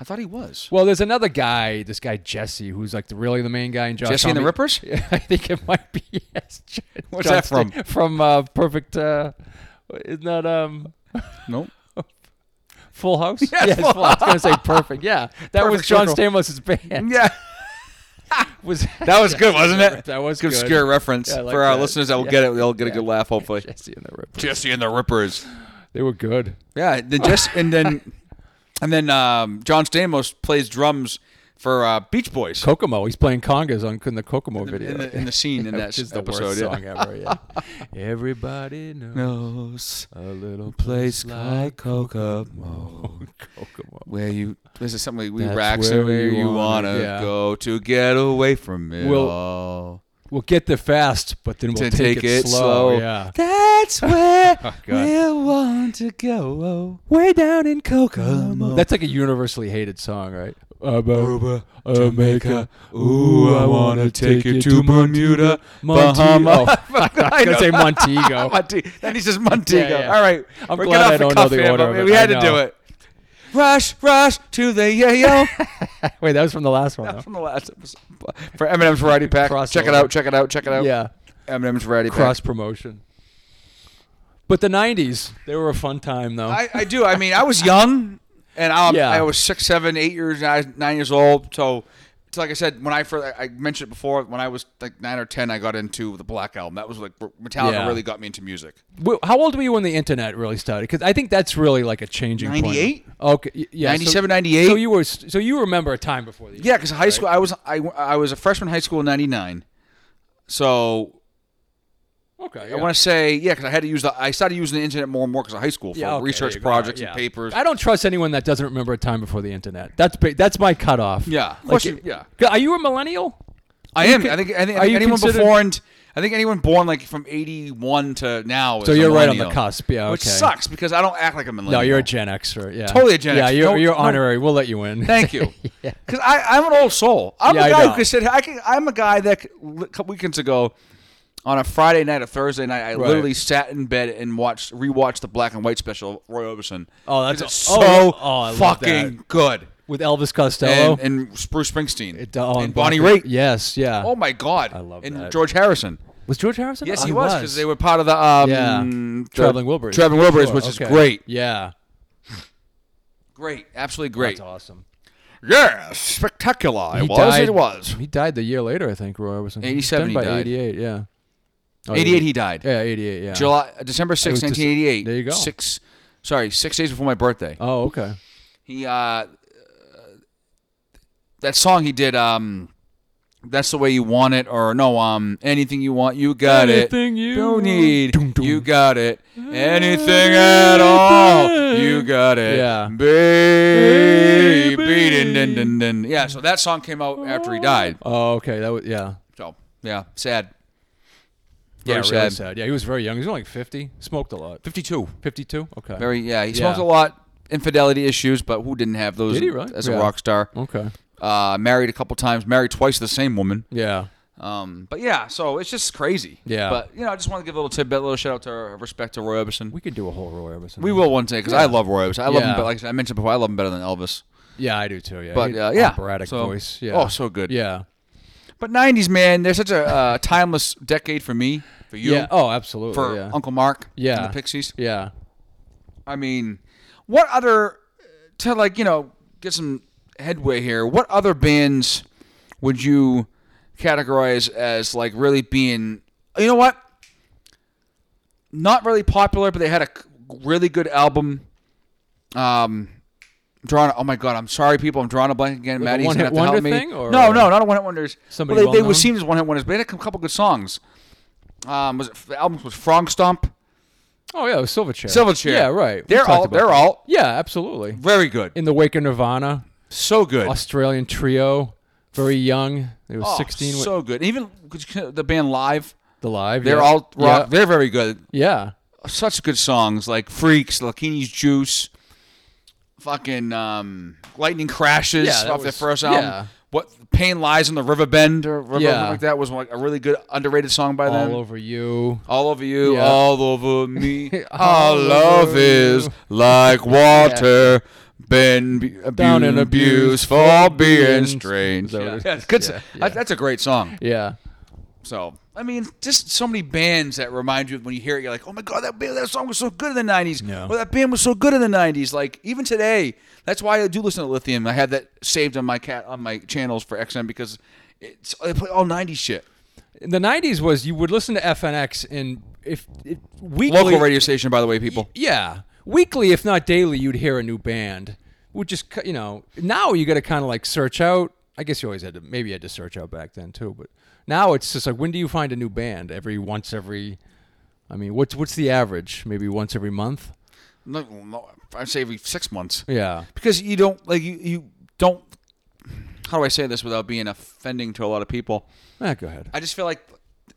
Speaker 1: I thought he was.
Speaker 2: well, there's another guy, this guy Jesse, who's like the, really the main guy in Josh.
Speaker 1: Jesse and the
Speaker 2: Homme.
Speaker 1: Rippers?
Speaker 2: Yeah, I think it might be. Yes, J-
Speaker 1: What's that from?
Speaker 2: John Sta- From uh, Perfect. Uh, isn't that um?
Speaker 1: No,
Speaker 2: Full House.
Speaker 1: Yes, Full
Speaker 2: Full- I was gonna say perfect. Yeah, that was
Speaker 1: Perfect
Speaker 2: John
Speaker 1: circle.
Speaker 2: Stamos's band.
Speaker 1: yeah,
Speaker 2: Was
Speaker 1: that was good, wasn't it?
Speaker 2: That was
Speaker 1: good.
Speaker 2: good.
Speaker 1: Obscure reference
Speaker 2: Yeah, I like
Speaker 1: for our
Speaker 2: that.
Speaker 1: listeners that will
Speaker 2: Yeah.
Speaker 1: get it. They'll get a
Speaker 2: Yeah.
Speaker 1: good laugh, hopefully.
Speaker 2: Jesse and the Rippers.
Speaker 1: Jesse and the Rippers.
Speaker 2: They were good.
Speaker 1: Yeah, then just and then and then um, John Stamos plays drums for uh, Beach Boys
Speaker 2: Kokomo. He's playing congas on in the Kokomo video.
Speaker 1: in the, in the scene in that
Speaker 2: Which is the
Speaker 1: episode.
Speaker 2: worst
Speaker 1: yeah.
Speaker 2: song ever. Yeah. Everybody knows
Speaker 1: knows
Speaker 2: a little
Speaker 1: place
Speaker 2: place
Speaker 1: like
Speaker 2: like
Speaker 1: Kokomo
Speaker 2: Kokomo.
Speaker 1: where you this is something we
Speaker 2: That's
Speaker 1: racks
Speaker 2: where
Speaker 1: and where
Speaker 2: you
Speaker 1: you
Speaker 2: wanna-
Speaker 1: wanna
Speaker 2: yeah.
Speaker 1: go to get away from it
Speaker 2: We'll-
Speaker 1: all.
Speaker 2: We'll get there fast, but then
Speaker 1: to
Speaker 2: we'll
Speaker 1: take, it, slow. Oh,
Speaker 2: Yeah.
Speaker 1: That's where
Speaker 2: God.
Speaker 1: we'll want to go.
Speaker 2: Way down in Kokomo. That's like a universally hated song, right? Aruba,
Speaker 1: Jamaica. Ooh, I wanna take you to Bermuda, Bahama.
Speaker 2: Bahama. Oh, I was gonna say Montego.
Speaker 1: Monte- then he says Montego.
Speaker 2: Yeah, yeah.
Speaker 1: All right,
Speaker 2: I'm
Speaker 1: we're
Speaker 2: glad
Speaker 1: getting off
Speaker 2: I don't know
Speaker 1: cuff
Speaker 2: the
Speaker 1: here,
Speaker 2: order
Speaker 1: but
Speaker 2: of it.
Speaker 1: We
Speaker 2: I
Speaker 1: had to
Speaker 2: know.
Speaker 1: do it. Rush, rush to the yayo
Speaker 2: Wait, that was from the last one. Though.
Speaker 1: from the last episode for Eminem's Variety Pack.
Speaker 2: Crossover.
Speaker 1: Check it out. Check it out. Check it out.
Speaker 2: Yeah,
Speaker 1: Eminem's Variety
Speaker 2: cross
Speaker 1: Pack.
Speaker 2: promotion. But the '90s, they were a fun time, though.
Speaker 1: I, I do. I mean, I was young, and I,
Speaker 2: Yeah.
Speaker 1: I was six, seven, eight years, nine, nine years old. So, it's like I said, when I first, I mentioned it before, when I was like nine or ten, I got into the Black Album. That was like Metallica
Speaker 2: Yeah.
Speaker 1: really got me into music.
Speaker 2: Wh- How old were you when the internet really started? Because I think that's really like a changing. point.
Speaker 1: 98?
Speaker 2: Okay. y- Yeah. so-
Speaker 1: 97, 98?
Speaker 2: So you were. So you remember a time before the.
Speaker 1: Yeah, because high school, I was I, I was a freshman in high school in '99, so
Speaker 2: Okay.
Speaker 1: I
Speaker 2: yeah.
Speaker 1: want to say yeah, because I had to use the I started using the internet more and more because of high school for
Speaker 2: Yeah, okay,
Speaker 1: research
Speaker 2: you're
Speaker 1: projects
Speaker 2: right,
Speaker 1: and
Speaker 2: yeah.
Speaker 1: papers.
Speaker 2: I don't trust anyone that doesn't remember a time before the internet. That's ba- that's my cutoff.
Speaker 1: Yeah, of
Speaker 2: Like,
Speaker 1: course you- yeah.
Speaker 2: Are you a millennial?
Speaker 1: I am. I think. I think
Speaker 2: Are you
Speaker 1: anyone
Speaker 2: considered-
Speaker 1: born. I think anyone born like from eighty one to now. Is
Speaker 2: So
Speaker 1: a
Speaker 2: you're right on the
Speaker 1: millennial,
Speaker 2: cusp, yeah,
Speaker 1: Which
Speaker 2: okay.
Speaker 1: sucks because I don't act like a millennial.
Speaker 2: No, you're a Gen Xer. Yeah,
Speaker 1: Totally a Gen
Speaker 2: Yeah,
Speaker 1: Xer.
Speaker 2: you're,
Speaker 1: No-
Speaker 2: you're
Speaker 1: no-
Speaker 2: honorary. We'll let you in.
Speaker 1: Thank you. Because I'm an old soul. I'm
Speaker 2: Yeah, I
Speaker 1: a guy
Speaker 2: know.
Speaker 1: who could sit. I can, I'm a guy that c- li- a couple weekends ago, on a Friday night or Thursday night, I
Speaker 2: Right.
Speaker 1: literally sat in bed and watched rewatched the black and white special of Roy Orbison.
Speaker 2: Oh, that's-
Speaker 1: 'Cause it's
Speaker 2: oh,
Speaker 1: so
Speaker 2: yeah. Oh, I love
Speaker 1: fucking good.
Speaker 2: With Elvis Costello
Speaker 1: And, and Bruce Springsteen
Speaker 2: It- oh,
Speaker 1: and Bonnie
Speaker 2: Buffy.
Speaker 1: Raitt.
Speaker 2: Yes, yeah.
Speaker 1: Oh my God! I
Speaker 2: love
Speaker 1: and
Speaker 2: that.
Speaker 1: George Harrison.
Speaker 2: was George Harrison?
Speaker 1: Yes,
Speaker 2: Oh,
Speaker 1: he was because they were part of the um,
Speaker 2: Yeah.
Speaker 1: the
Speaker 2: Traveling Wilburys.
Speaker 1: Traveling Wilburys,
Speaker 2: Sure,
Speaker 1: which is
Speaker 2: okay.
Speaker 1: great,
Speaker 2: Yeah,
Speaker 1: great, absolutely great.
Speaker 2: that's awesome.
Speaker 1: Yeah, spectacular. It
Speaker 2: He
Speaker 1: was.
Speaker 2: died-
Speaker 1: It was.
Speaker 2: He died the year later, I think. Roy Orbison.
Speaker 1: 87
Speaker 2: Done
Speaker 1: he
Speaker 2: by
Speaker 1: died.
Speaker 2: 88. Yeah. Oh, yeah.
Speaker 1: Eighty-eight, he died.
Speaker 2: Yeah, 88. Yeah.
Speaker 1: July, uh, December 6,
Speaker 2: It was Dec-
Speaker 1: 1988.
Speaker 2: there you go.
Speaker 1: Six, sorry, six days before my birthday.
Speaker 2: Oh, okay.
Speaker 1: He, uh, uh, that song he did, um, that's the way you want it, or no, um, anything you want, you got
Speaker 2: Anything
Speaker 1: it.
Speaker 2: you
Speaker 1: don't
Speaker 2: want.
Speaker 1: need,
Speaker 2: Dum, dum.
Speaker 1: you got it. Anything at all,
Speaker 2: Anything.
Speaker 1: you got it.
Speaker 2: Yeah.
Speaker 1: baby.
Speaker 2: Baby.
Speaker 1: Dun, dun, dun, dun. Yeah, so that song came out after he died.
Speaker 2: Oh, okay. That was yeah.
Speaker 1: So yeah, sad.
Speaker 2: Very
Speaker 1: Very
Speaker 2: really
Speaker 1: sad.
Speaker 2: sad. Yeah, he was very young. He was only like 50. Smoked a lot.
Speaker 1: Fifty-two.
Speaker 2: 52. Okay.
Speaker 1: Very yeah, he
Speaker 2: Yeah.
Speaker 1: smoked a lot. Infidelity issues, but who didn't have those
Speaker 2: Did he, right?
Speaker 1: as
Speaker 2: Yeah.
Speaker 1: a rock star?
Speaker 2: okay.
Speaker 1: Uh, married a couple times, married twice to the same woman.
Speaker 2: Yeah.
Speaker 1: Um, but yeah, so it's just crazy.
Speaker 2: Yeah.
Speaker 1: But you know, I just want to give a little tidbit, a little shout out to our respect to Roy Orbison.
Speaker 2: We could do a whole Roy Orbison.
Speaker 1: We will one day because I love Roy Orbison. I love
Speaker 2: Yeah.
Speaker 1: him, but like I mentioned before, I love him better than Elvis.
Speaker 2: Yeah, I do too. Yeah.
Speaker 1: But
Speaker 2: He-
Speaker 1: uh, yeah,
Speaker 2: Operatic
Speaker 1: So-
Speaker 2: voice. Yeah.
Speaker 1: Oh, so good.
Speaker 2: Yeah.
Speaker 1: But '90s man, they're such a uh, timeless decade for me, for you,
Speaker 2: yeah. Oh, absolutely.
Speaker 1: for
Speaker 2: yeah.
Speaker 1: Uncle Mark,
Speaker 2: Yeah.
Speaker 1: and the Pixies.
Speaker 2: yeah.
Speaker 1: I mean, what other to like you know get some headway here? What other bands would you categorize as like really being you know what? Not really popular, but they had a c- really good album. Um, drawing. Oh my god, I'm sorry, people. I'm drawing a blank again. Maddie's gonna
Speaker 2: one-hit
Speaker 1: have to help
Speaker 2: wonder
Speaker 1: me.
Speaker 2: thing, or-
Speaker 1: no, no, not a one hit wonders.
Speaker 2: Somebody
Speaker 1: well, they, they
Speaker 2: well-known?
Speaker 1: were seen as one hit wonders, but they had a couple good songs. Um, was it the album was Frog Stomp,
Speaker 2: Oh yeah, it was Silverchair.
Speaker 1: Silverchair.
Speaker 2: Yeah, right. We
Speaker 1: They're
Speaker 2: talked
Speaker 1: all.
Speaker 2: about
Speaker 1: They're
Speaker 2: that.
Speaker 1: all.
Speaker 2: Yeah, absolutely.
Speaker 1: Very good.
Speaker 2: In the wake of Nirvana,
Speaker 1: So good.
Speaker 2: Australian trio, very young. They were
Speaker 1: Oh,
Speaker 2: 16 with
Speaker 1: So good. Even could you- the band Live,
Speaker 2: the live.
Speaker 1: they're
Speaker 2: yeah.
Speaker 1: all rock.
Speaker 2: Yeah.
Speaker 1: They're very good.
Speaker 2: yeah.
Speaker 1: Such good songs like Freaks, Lakini's Juice, fucking um, Lightning Crashes
Speaker 2: Yeah, that
Speaker 1: off their
Speaker 2: was-
Speaker 1: first album.
Speaker 2: yeah.
Speaker 1: What Pain Lies on the River Bend or river,
Speaker 2: Yeah.
Speaker 1: something like that was like a really good underrated song by them.
Speaker 2: All over you.
Speaker 1: All over you,
Speaker 2: Yeah.
Speaker 1: all over me. Our
Speaker 2: All
Speaker 1: love
Speaker 2: over
Speaker 1: is
Speaker 2: you.
Speaker 1: like water, been b-
Speaker 2: Down and
Speaker 1: abused
Speaker 2: abused
Speaker 1: for
Speaker 2: for
Speaker 1: being
Speaker 2: being
Speaker 1: strange.
Speaker 2: strange. Is that
Speaker 1: Yeah,
Speaker 2: what it
Speaker 1: that's
Speaker 2: is?
Speaker 1: good. s-
Speaker 2: Yeah,
Speaker 1: that-
Speaker 2: yeah.
Speaker 1: That's a great song.
Speaker 2: Yeah.
Speaker 1: So I mean, just so many bands that remind you when you hear it, you're like, oh my god, that band, that song was so good in the '90s.
Speaker 2: Yeah.
Speaker 1: Well, that band was so good in the '90s. Like even today, that's why I do listen to Lithium. I had that saved on my cat on my channels for XM because it's they play all '90s shit.
Speaker 2: In the 90s was you would listen to FNX and if, if weekly
Speaker 1: Local radio station, by the way, people.
Speaker 2: Yeah. Weekly if not daily you'd hear a new band. Would just cu- you know, now you got to kind of like search out. I guess you always had to maybe you had to search out back then too, but now it's just like when do you find a new band? Every once every I mean, what's what's the average? Maybe once every month?
Speaker 1: No, no, I'd say every six months
Speaker 2: Yeah.
Speaker 1: because you don't like you, you don't. How do I say this without being offending to a lot of people?
Speaker 2: Ah, go ahead.
Speaker 1: I just feel like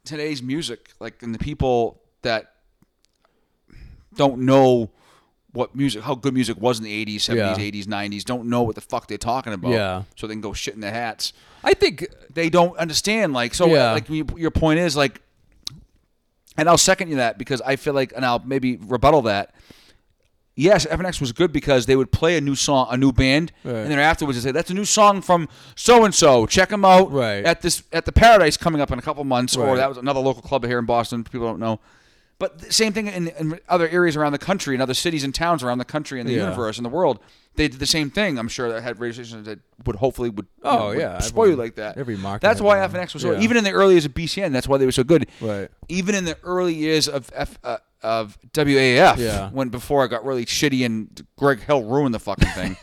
Speaker 1: today's music, like, and the people that don't know what music, how good music was in the 80s, 70s,
Speaker 2: Yeah.
Speaker 1: 80s, 90s, don't know what the fuck they're talking about.
Speaker 2: Yeah.
Speaker 1: So they can go shit in their hats.
Speaker 2: I think
Speaker 1: They don't understand. Like, so,
Speaker 2: Yeah.
Speaker 1: like, you- your point is, like, and I'll second you that because I feel like, and I'll maybe rebuttal that. Yes, FNX was good because they would play a new song, a new band, and then afterwards they say that's a new song from so and so. Check them out
Speaker 2: Right.
Speaker 1: at this at the Paradise coming up in a couple months, or
Speaker 2: Right.
Speaker 1: that was another local club here in Boston. People don't know, but the same thing in, in other areas around the country, in other cities and towns around the country, and the
Speaker 2: Yeah.
Speaker 1: universe, and the world. They did the same thing. I'm sure that had radio stations that would hopefully would you
Speaker 2: Oh,
Speaker 1: know, would
Speaker 2: yeah,
Speaker 1: spoil you
Speaker 2: everyone-
Speaker 1: like that.
Speaker 2: every market
Speaker 1: That's
Speaker 2: had
Speaker 1: why
Speaker 2: their own.
Speaker 1: FNX was so
Speaker 2: Yeah.
Speaker 1: even in the early years of BCN. That's why they were so good
Speaker 2: Right.
Speaker 1: even in the early years of F, uh, of WAF,
Speaker 2: Yeah.
Speaker 1: when before I got really shitty and Greg Hill ruined the fucking thing.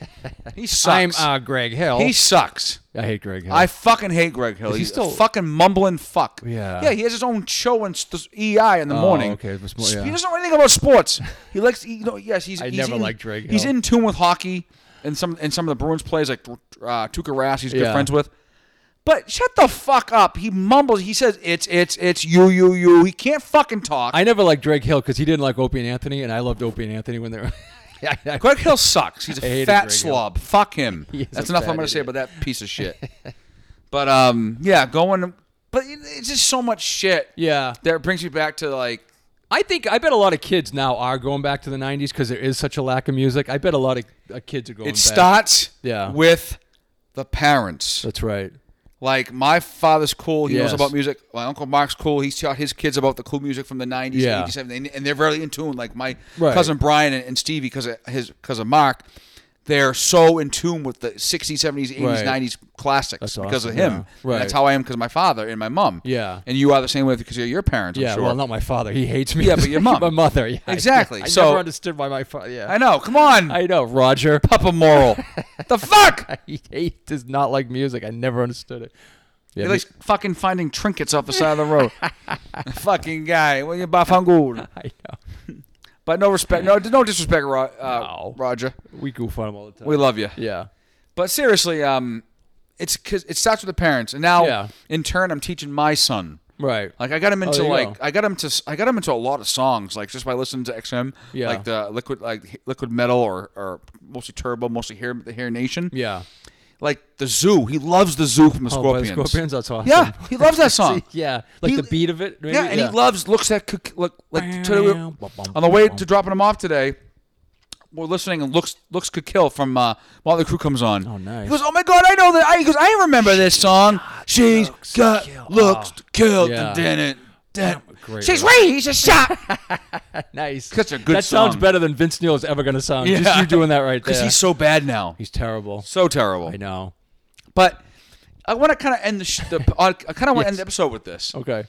Speaker 1: he
Speaker 2: I'm
Speaker 1: sucks.
Speaker 2: uh, Greg Hill.
Speaker 1: he sucks.
Speaker 2: I hate Greg Hill.
Speaker 1: I fucking hate Greg Hill.
Speaker 2: Is he
Speaker 1: He's
Speaker 2: still-
Speaker 1: a fucking mumbling fuck.
Speaker 2: Yeah.
Speaker 1: Yeah, he has his own show in st- EI in the
Speaker 2: Oh,
Speaker 1: morning.
Speaker 2: okay, it was more-
Speaker 1: S- He
Speaker 2: yeah.
Speaker 1: doesn't know anything about sports. He likes, he, you know, yes, he's.
Speaker 2: I
Speaker 1: he's
Speaker 2: never
Speaker 1: in,
Speaker 2: liked Greg
Speaker 1: He's
Speaker 2: Hill.
Speaker 1: in tune with hockey and some and some of the Bruins plays like uh, Tuukka Rask. He's good
Speaker 2: Yeah.
Speaker 1: friends with. But shut the fuck up. He mumbles. He says, it's, it's, it's, you, you, you. He can't fucking talk.
Speaker 2: I never liked Greg Hill because he didn't like Opie and Anthony, and I loved Opie and Anthony when they were. Yeah, I-
Speaker 1: Greg Hill sucks. He's
Speaker 2: I
Speaker 1: a
Speaker 2: hated
Speaker 1: fat
Speaker 2: Greg Hill.
Speaker 1: slob. Fuck him.
Speaker 2: He is
Speaker 1: That's
Speaker 2: a
Speaker 1: enough
Speaker 2: fat
Speaker 1: I'm going to say
Speaker 2: idiot.
Speaker 1: about that piece of shit. but um, yeah, going. But it- it's just so much shit.
Speaker 2: yeah.
Speaker 1: That brings me back to like.
Speaker 2: I think I bet a lot of kids now are going back to the '90s because there is such a lack of music. I bet a lot of uh, kids are going.
Speaker 1: It
Speaker 2: back.
Speaker 1: starts
Speaker 2: Yeah.
Speaker 1: with the parents.
Speaker 2: That's right.
Speaker 1: Like my father's cool. He knows
Speaker 2: Yes.
Speaker 1: about music. My uncle Mark's cool. He's taught his kids about the cool music from the nineties,
Speaker 2: Yeah.
Speaker 1: eighties, and and they're very in tune. Like my
Speaker 2: Right.
Speaker 1: cousin Brian and, and Stevie, because of his because of Mark, they're so in tune with the sixties, seventies, eighties,
Speaker 2: Right.
Speaker 1: nineties classics
Speaker 2: That's
Speaker 1: because of
Speaker 2: awesome,
Speaker 1: him.
Speaker 2: yeah.
Speaker 1: And
Speaker 2: Right.
Speaker 1: that's how I am because my father and my mom.
Speaker 2: Yeah.
Speaker 1: And you are the same way because you're your parents. I'm
Speaker 2: Yeah.
Speaker 1: sure.
Speaker 2: Well, not my father. He hates me.
Speaker 1: Yeah, but your mom.
Speaker 2: my mother. Yeah, I-
Speaker 1: Exactly.
Speaker 2: I,
Speaker 1: So-
Speaker 2: never understood why my father. Yeah.
Speaker 1: I know. Come on,
Speaker 2: I know Roger.
Speaker 1: Papa Moral. the fuck.
Speaker 2: he, he does not like music. I never understood it. Yeah,
Speaker 1: He
Speaker 2: me-
Speaker 1: likes fucking finding trinkets off the side of the road. fucking guy. What you bafangul?
Speaker 2: I know.
Speaker 1: But no respect, no, no disrespect, Ro- uh,
Speaker 2: No.
Speaker 1: Roger.
Speaker 2: We goof on him all the time.
Speaker 1: We love you.
Speaker 2: yeah.
Speaker 1: But seriously, um, it's 'cause it starts with the parents, and now
Speaker 2: Yeah.
Speaker 1: in turn, I'm teaching my son.
Speaker 2: Right.
Speaker 1: Like I got him into
Speaker 2: there you
Speaker 1: like
Speaker 2: go.
Speaker 1: I got him to s- I got him into a lot of songs like just by listening to XM
Speaker 2: Yeah.
Speaker 1: like the liquid like h- liquid metal or, or mostly turbo mostly hair the hair nation
Speaker 2: yeah.
Speaker 1: like the zoo he loves the zoo from the
Speaker 2: Oh, but
Speaker 1: Scorpions
Speaker 2: Scorpions. That's awesome.
Speaker 1: yeah he loves that song
Speaker 2: yeah. Like
Speaker 1: He-
Speaker 2: the beat of it. Maybe?
Speaker 1: yeah and he loves looks at cook- look like to, on the way to dropping him off today, we're listening and looks looks could kill from uh, while the crew comes on.
Speaker 2: Oh, nice.
Speaker 1: He goes, oh my god, I know that. I, he goes, I remember this song. She's
Speaker 2: looks
Speaker 1: got
Speaker 2: to kill."
Speaker 1: looks
Speaker 2: Oh.
Speaker 1: to kill.
Speaker 2: Yeah.
Speaker 1: Dun, dun, dun, dun.
Speaker 2: Great
Speaker 1: She's raised a shot
Speaker 2: nice.
Speaker 1: Such a good
Speaker 2: That
Speaker 1: song.
Speaker 2: sounds better than Vince Neil is ever going to sound. Just
Speaker 1: Yeah.
Speaker 2: you doing that right
Speaker 1: because
Speaker 2: there.
Speaker 1: he's so bad now.
Speaker 2: He's terrible.
Speaker 1: So terrible.
Speaker 2: I know.
Speaker 1: But I want to kind of end the. Sh- the I kind of want to
Speaker 2: Yes.
Speaker 1: end the episode with this.
Speaker 2: Okay.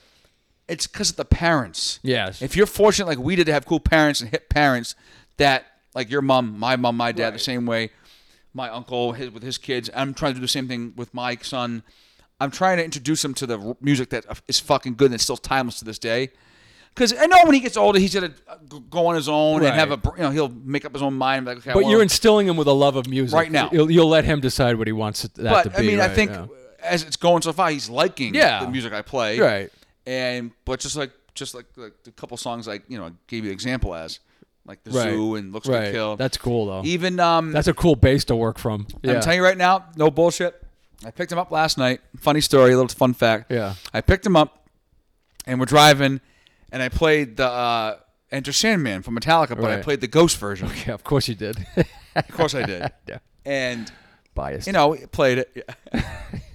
Speaker 1: It's because of the parents.
Speaker 2: Yes.
Speaker 1: If you're fortunate like we did to have cool parents and hip parents that like your mom, my mom, my dad the
Speaker 2: Right.
Speaker 1: same way, my uncle his, with his kids. I'm trying to do the same thing with my son. I'm trying to introduce him to the r- music that uh, is fucking good and it's still timeless to this day. Because I know when he gets older, he's gonna uh, g- go on his own and have a
Speaker 2: Right.
Speaker 1: br- you know he'll make up his own mind. Like, okay, I
Speaker 2: but
Speaker 1: wanna-
Speaker 2: you're instilling him with a love of music
Speaker 1: Right now.
Speaker 2: You'll, you'll let him decide what he wants it- that
Speaker 1: but
Speaker 2: to be.
Speaker 1: I mean, I
Speaker 2: right,
Speaker 1: think
Speaker 2: yeah.
Speaker 1: as it's going so far, he's liking
Speaker 2: Yeah.
Speaker 1: the music I play.
Speaker 2: Right.
Speaker 1: And but just like just like, like the couple songs I you know I gave you the example as like the
Speaker 2: Right.
Speaker 1: zoo and looks
Speaker 2: right.
Speaker 1: to kill.
Speaker 2: That's cool though.
Speaker 1: even um.
Speaker 2: That's a cool base to work from. Yeah.
Speaker 1: I'm telling you right now, no bullshit. I picked him up last night. Funny story, a little fun fact.
Speaker 2: Yeah.
Speaker 1: I picked him up, and we're driving, and I played the uh, Enter Sandman from Metallica, but I
Speaker 2: Right.
Speaker 1: played the Ghost version.
Speaker 2: yeah, of course you did.
Speaker 1: Of course I did.
Speaker 2: yeah.
Speaker 1: And
Speaker 2: Biased.
Speaker 1: you know, we played it. Yeah.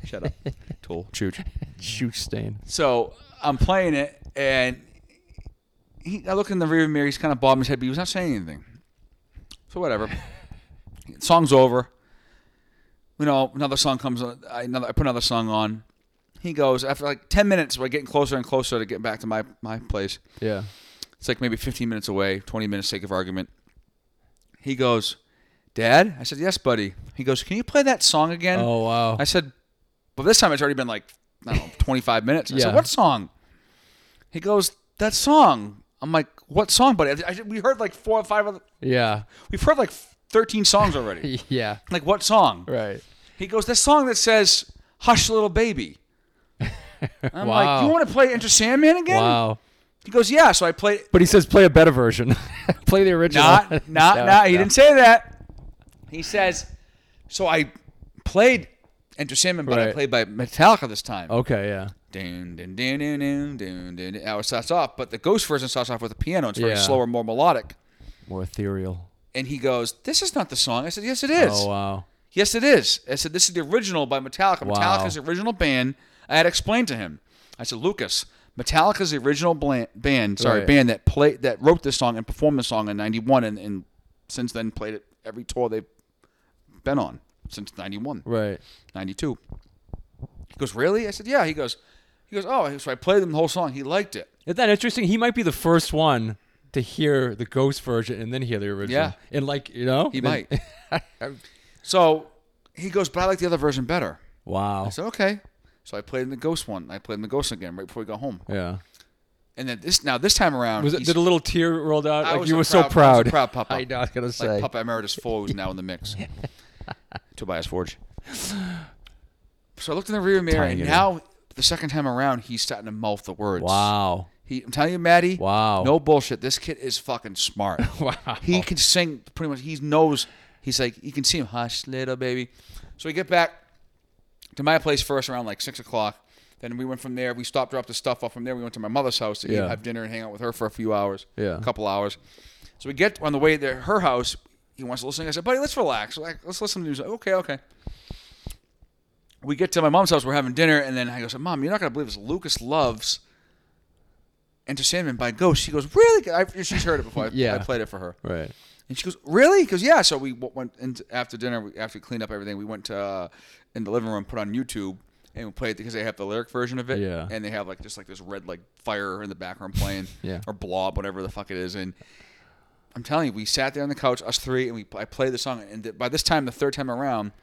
Speaker 1: Shut up, tool, chooch.
Speaker 2: shoe stain.
Speaker 1: So I'm playing it, and he, I look in the rear mirror. He's kind of bobbing his head, but he was not saying anything. So whatever. Song's over. You know, another song comes. on- I, another, I put another song on. He goes after like ten minutes. We're getting closer and closer to getting back to my my place.
Speaker 2: Yeah.
Speaker 1: It's like maybe fifteen minutes away, twenty minutes sake of argument. He goes, "Dad," I said, "Yes, buddy." He goes, "Can you play that song again?"
Speaker 2: Oh wow.
Speaker 1: I said, but this time it's already been like, I don't know, 25 minutes. I said,
Speaker 2: Yeah.
Speaker 1: what song? He goes, that song. I'm like, what song? But I, I- we heard like four or five other,
Speaker 2: Yeah.
Speaker 1: we've heard like 13 songs already.
Speaker 2: Yeah.
Speaker 1: like, what song?
Speaker 2: Right.
Speaker 1: He goes, this song that says, Hush Little Baby. I'm like,
Speaker 2: Wow.
Speaker 1: you want to play Enter Sandman again?
Speaker 2: Wow.
Speaker 1: He goes, yeah. So I played,
Speaker 2: But he says play a better version. play the original.
Speaker 1: not, not,
Speaker 2: No,
Speaker 1: not. He
Speaker 2: no.
Speaker 1: didn't say that. He says, so I played Enter Sandman, but I
Speaker 2: Right.
Speaker 1: played by Metallica this time.
Speaker 2: Okay, yeah.
Speaker 1: Dun, dun, dun, dun, dun, dun, dun, dun. Now it starts off, but the ghost version starts off with a piano. It's very
Speaker 2: Yeah.
Speaker 1: slower, more melodic.
Speaker 2: More ethereal.
Speaker 1: And he goes, This is not the song. I said, Yes, it is.
Speaker 2: Oh wow.
Speaker 1: Yes, it is. I said, This is the original by Metallica.
Speaker 2: Wow.
Speaker 1: Metallica's the original band. I had explained to him. I said, Lucas, Metallica's the original blan- band, sorry,
Speaker 2: Right.
Speaker 1: band that played that wrote this song and performed this song in '91, and, and since then played it every tour they've been on since '91.
Speaker 2: Right.
Speaker 1: 92. He goes, really? I said, yeah. He goes, he goes, oh, so I played him the whole song. He liked it.
Speaker 2: Isn't that interesting? He might be the first one to hear the ghost version and then hear the original.
Speaker 1: Yeah.
Speaker 2: And like, you know?
Speaker 1: He
Speaker 2: then-
Speaker 1: might. so he goes, but I like the other version better.
Speaker 2: Wow.
Speaker 1: I said, okay. So I played him the ghost one. I played him the ghost again right before we got home.
Speaker 2: Yeah.
Speaker 1: And then this now this time around,
Speaker 2: Was it,
Speaker 1: he's-
Speaker 2: did a little tear rolled out?
Speaker 1: I
Speaker 2: like
Speaker 1: was
Speaker 2: you
Speaker 1: a
Speaker 2: were so
Speaker 1: proud- I was a
Speaker 2: proud.
Speaker 1: proud papa.
Speaker 2: I know, I was gonna say.
Speaker 1: like Papa Emeritus Four who's now in the mix. Tobias Forge. So I looked in the rear mirror,
Speaker 2: Tying
Speaker 1: and
Speaker 2: it in.
Speaker 1: now the second time around, he's starting to mouth the words.
Speaker 2: Wow.
Speaker 1: He, I'm telling you, Maddie.
Speaker 2: Wow.
Speaker 1: No bullshit. This kid is fucking smart.
Speaker 2: Wow.
Speaker 1: He can sing pretty much. He knows. He's like you can see him. Hush, little baby. So we get back to my place first around like six o'clock. Then we went from there. We stopped, dropped the stuff off from there. We went to my mother's house to eat,
Speaker 2: Yeah.
Speaker 1: have dinner, and hang out with her for a few hours.
Speaker 2: Yeah.
Speaker 1: A couple hours. So we get on the way to her house. He wants to listen. I said, buddy, let's relax. Like, let's listen to music. Okay, okay we get to my mom's house, we're having dinner, and then I go, Mom, you're not gonna believe this. Lucas loves Enter Sandman by Ghost. She goes, Really? I, she's heard it before. I,
Speaker 2: Yeah.
Speaker 1: I played it for her.
Speaker 2: Right.
Speaker 1: And she goes, "Really?" Because yeah. So we w- went into, after dinner. We, after we cleaned up everything, we went to uh, in the living room, put on YouTube, and we played because they have the lyric version of it.
Speaker 2: Yeah.
Speaker 1: And they have like just like this red like fire in the background playing.
Speaker 2: Yeah.
Speaker 1: Or blob, whatever the fuck it is. And I'm telling you, we sat there on the couch, us three, and we I played the song. And th- by this time, the third time around,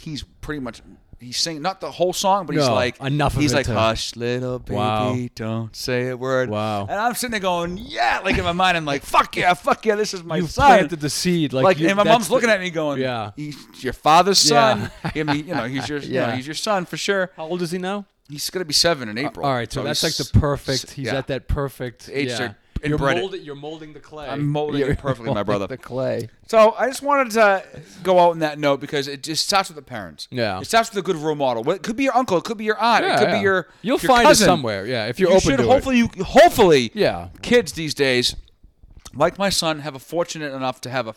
Speaker 1: he's pretty much he's singing not the whole song, but he's
Speaker 2: No,
Speaker 1: like
Speaker 2: enough of
Speaker 1: He's
Speaker 2: it
Speaker 1: like
Speaker 2: to-
Speaker 1: hush, little baby,
Speaker 2: Wow.
Speaker 1: don't say a word.
Speaker 2: Wow.
Speaker 1: And I'm sitting there going, yeah, like in my mind, I'm like, fuck yeah, fuck yeah, this is my
Speaker 2: You
Speaker 1: son.
Speaker 2: planted the seed. Like,
Speaker 1: like,
Speaker 2: you-
Speaker 1: and my
Speaker 2: that's
Speaker 1: mom's looking
Speaker 2: the-
Speaker 1: at me going,
Speaker 2: Yeah.
Speaker 1: he's your father's
Speaker 2: Yeah.
Speaker 1: son. I mean, you know, he's your, you know,
Speaker 2: Yeah.
Speaker 1: he's your son for sure.
Speaker 2: How old is he now?
Speaker 1: He's gonna be seven in April.
Speaker 2: All right, so, that's like
Speaker 1: he's-
Speaker 2: the perfect.
Speaker 1: s-
Speaker 2: He's
Speaker 1: yeah.
Speaker 2: at that perfect
Speaker 1: Age
Speaker 2: yeah.
Speaker 1: they're
Speaker 2: You're
Speaker 1: inbred it.
Speaker 2: molding, you're molding the clay.
Speaker 1: I'm molding
Speaker 2: You're
Speaker 1: it perfectly, my
Speaker 2: molding
Speaker 1: brother.
Speaker 2: The clay.
Speaker 1: So I just wanted to go out on that note because it just starts with the parents.
Speaker 2: Yeah.
Speaker 1: it starts with a good role model. Well, It could be your uncle, it could be your aunt, it could be your
Speaker 2: You'll
Speaker 1: your
Speaker 2: find
Speaker 1: cousin.
Speaker 2: it somewhere. Yeah, if you're
Speaker 1: you
Speaker 2: open
Speaker 1: should
Speaker 2: to it.
Speaker 1: hopefully you hopefully
Speaker 2: Yeah.
Speaker 1: kids these days, like my son, have a fortunate enough to have a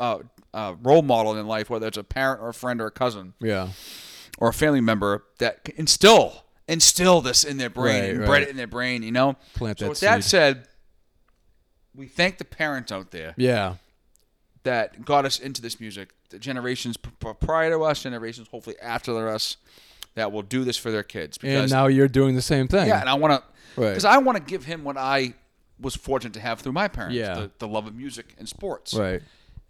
Speaker 1: uh, uh, role model in life, whether it's a parent or a friend or a cousin
Speaker 2: Yeah.
Speaker 1: or a family member that can instill instill this in their brain,
Speaker 2: Right,
Speaker 1: embed
Speaker 2: right.
Speaker 1: it in their brain. You know.
Speaker 2: Plant
Speaker 1: so
Speaker 2: that
Speaker 1: with that
Speaker 2: seed.
Speaker 1: said, we thank the parents out there
Speaker 2: Yeah.
Speaker 1: that got us into this music. The generations p- p- prior to us, generations hopefully after us, that will do this for their kids.
Speaker 2: And
Speaker 1: Because
Speaker 2: now you're doing the same thing.
Speaker 1: yeah, and I want to,
Speaker 2: Right.
Speaker 1: because I want to give him what I was fortunate to have through my parents,
Speaker 2: Yeah.
Speaker 1: the, the love of music and sports.
Speaker 2: Right.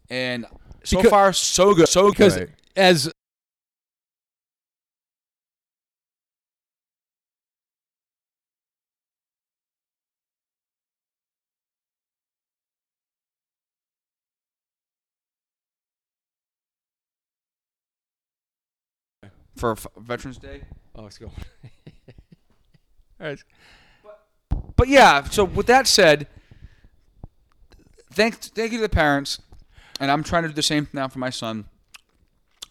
Speaker 1: And so
Speaker 2: Because-
Speaker 1: far, so good, so
Speaker 2: Because
Speaker 1: good.
Speaker 2: as
Speaker 1: for f- Veterans Day.
Speaker 2: oh, it's going. All right.
Speaker 1: But yeah, so with that said, thank thank you to the parents, and I'm trying to do the same now for my son.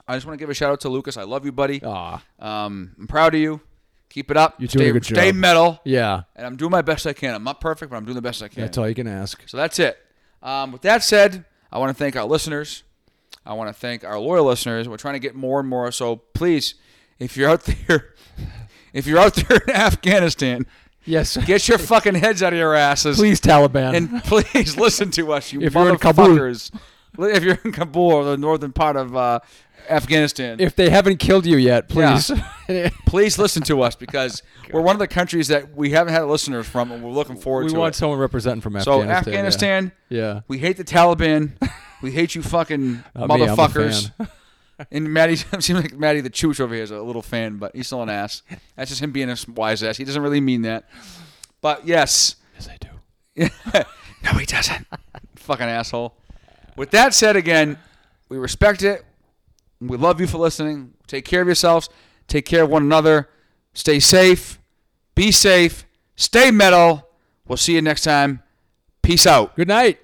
Speaker 1: I just want to give a shout out to Lucas. I love you, buddy.
Speaker 2: Ah.
Speaker 1: Um, I'm proud of you. Keep it up.
Speaker 2: You're
Speaker 1: stay,
Speaker 2: doing a good
Speaker 1: stay
Speaker 2: job.
Speaker 1: metal.
Speaker 2: Yeah.
Speaker 1: And I'm doing my best I can. I'm not perfect, but I'm doing the best I can.
Speaker 2: That's all you can ask.
Speaker 1: so that's it. Um, with that said, I want to thank our listeners. I want to thank our loyal listeners. We're trying to get more and more. So please, if you're out there, if you're out there in Afghanistan,
Speaker 2: Yes.
Speaker 1: get your fucking heads out of your asses
Speaker 2: Please, Taliban.
Speaker 1: and please listen to us, you
Speaker 2: If you're in Kabul.
Speaker 1: motherfuckers. If you're in Kabul, or the northern part of uh, Afghanistan,
Speaker 2: if they haven't killed you yet,
Speaker 1: Yeah.
Speaker 2: please.
Speaker 1: please listen to us because we're one of the countries that we haven't had listeners from, and we're looking forward
Speaker 2: we
Speaker 1: to
Speaker 2: want
Speaker 1: it.
Speaker 2: someone representing from
Speaker 1: So
Speaker 2: Afghanistan.
Speaker 1: Afghanistan,
Speaker 2: Yeah.
Speaker 1: we hate the Taliban. we hate you fucking
Speaker 2: yeah. Not me, I'm a
Speaker 1: motherfuckers.
Speaker 2: fan.
Speaker 1: and Maddie seems like Maddie the Chooch over here is a little fan, but he's still an ass. That's just him being a wise ass. He doesn't really mean that. But yes,
Speaker 2: yes, I do.
Speaker 1: no, he doesn't. Fucking asshole. With that said, again, we respect it. We love you for listening. Take care of yourselves. Take care of one another. Stay safe. Be safe. Stay metal. We'll see you next time. Peace out.
Speaker 2: Good night.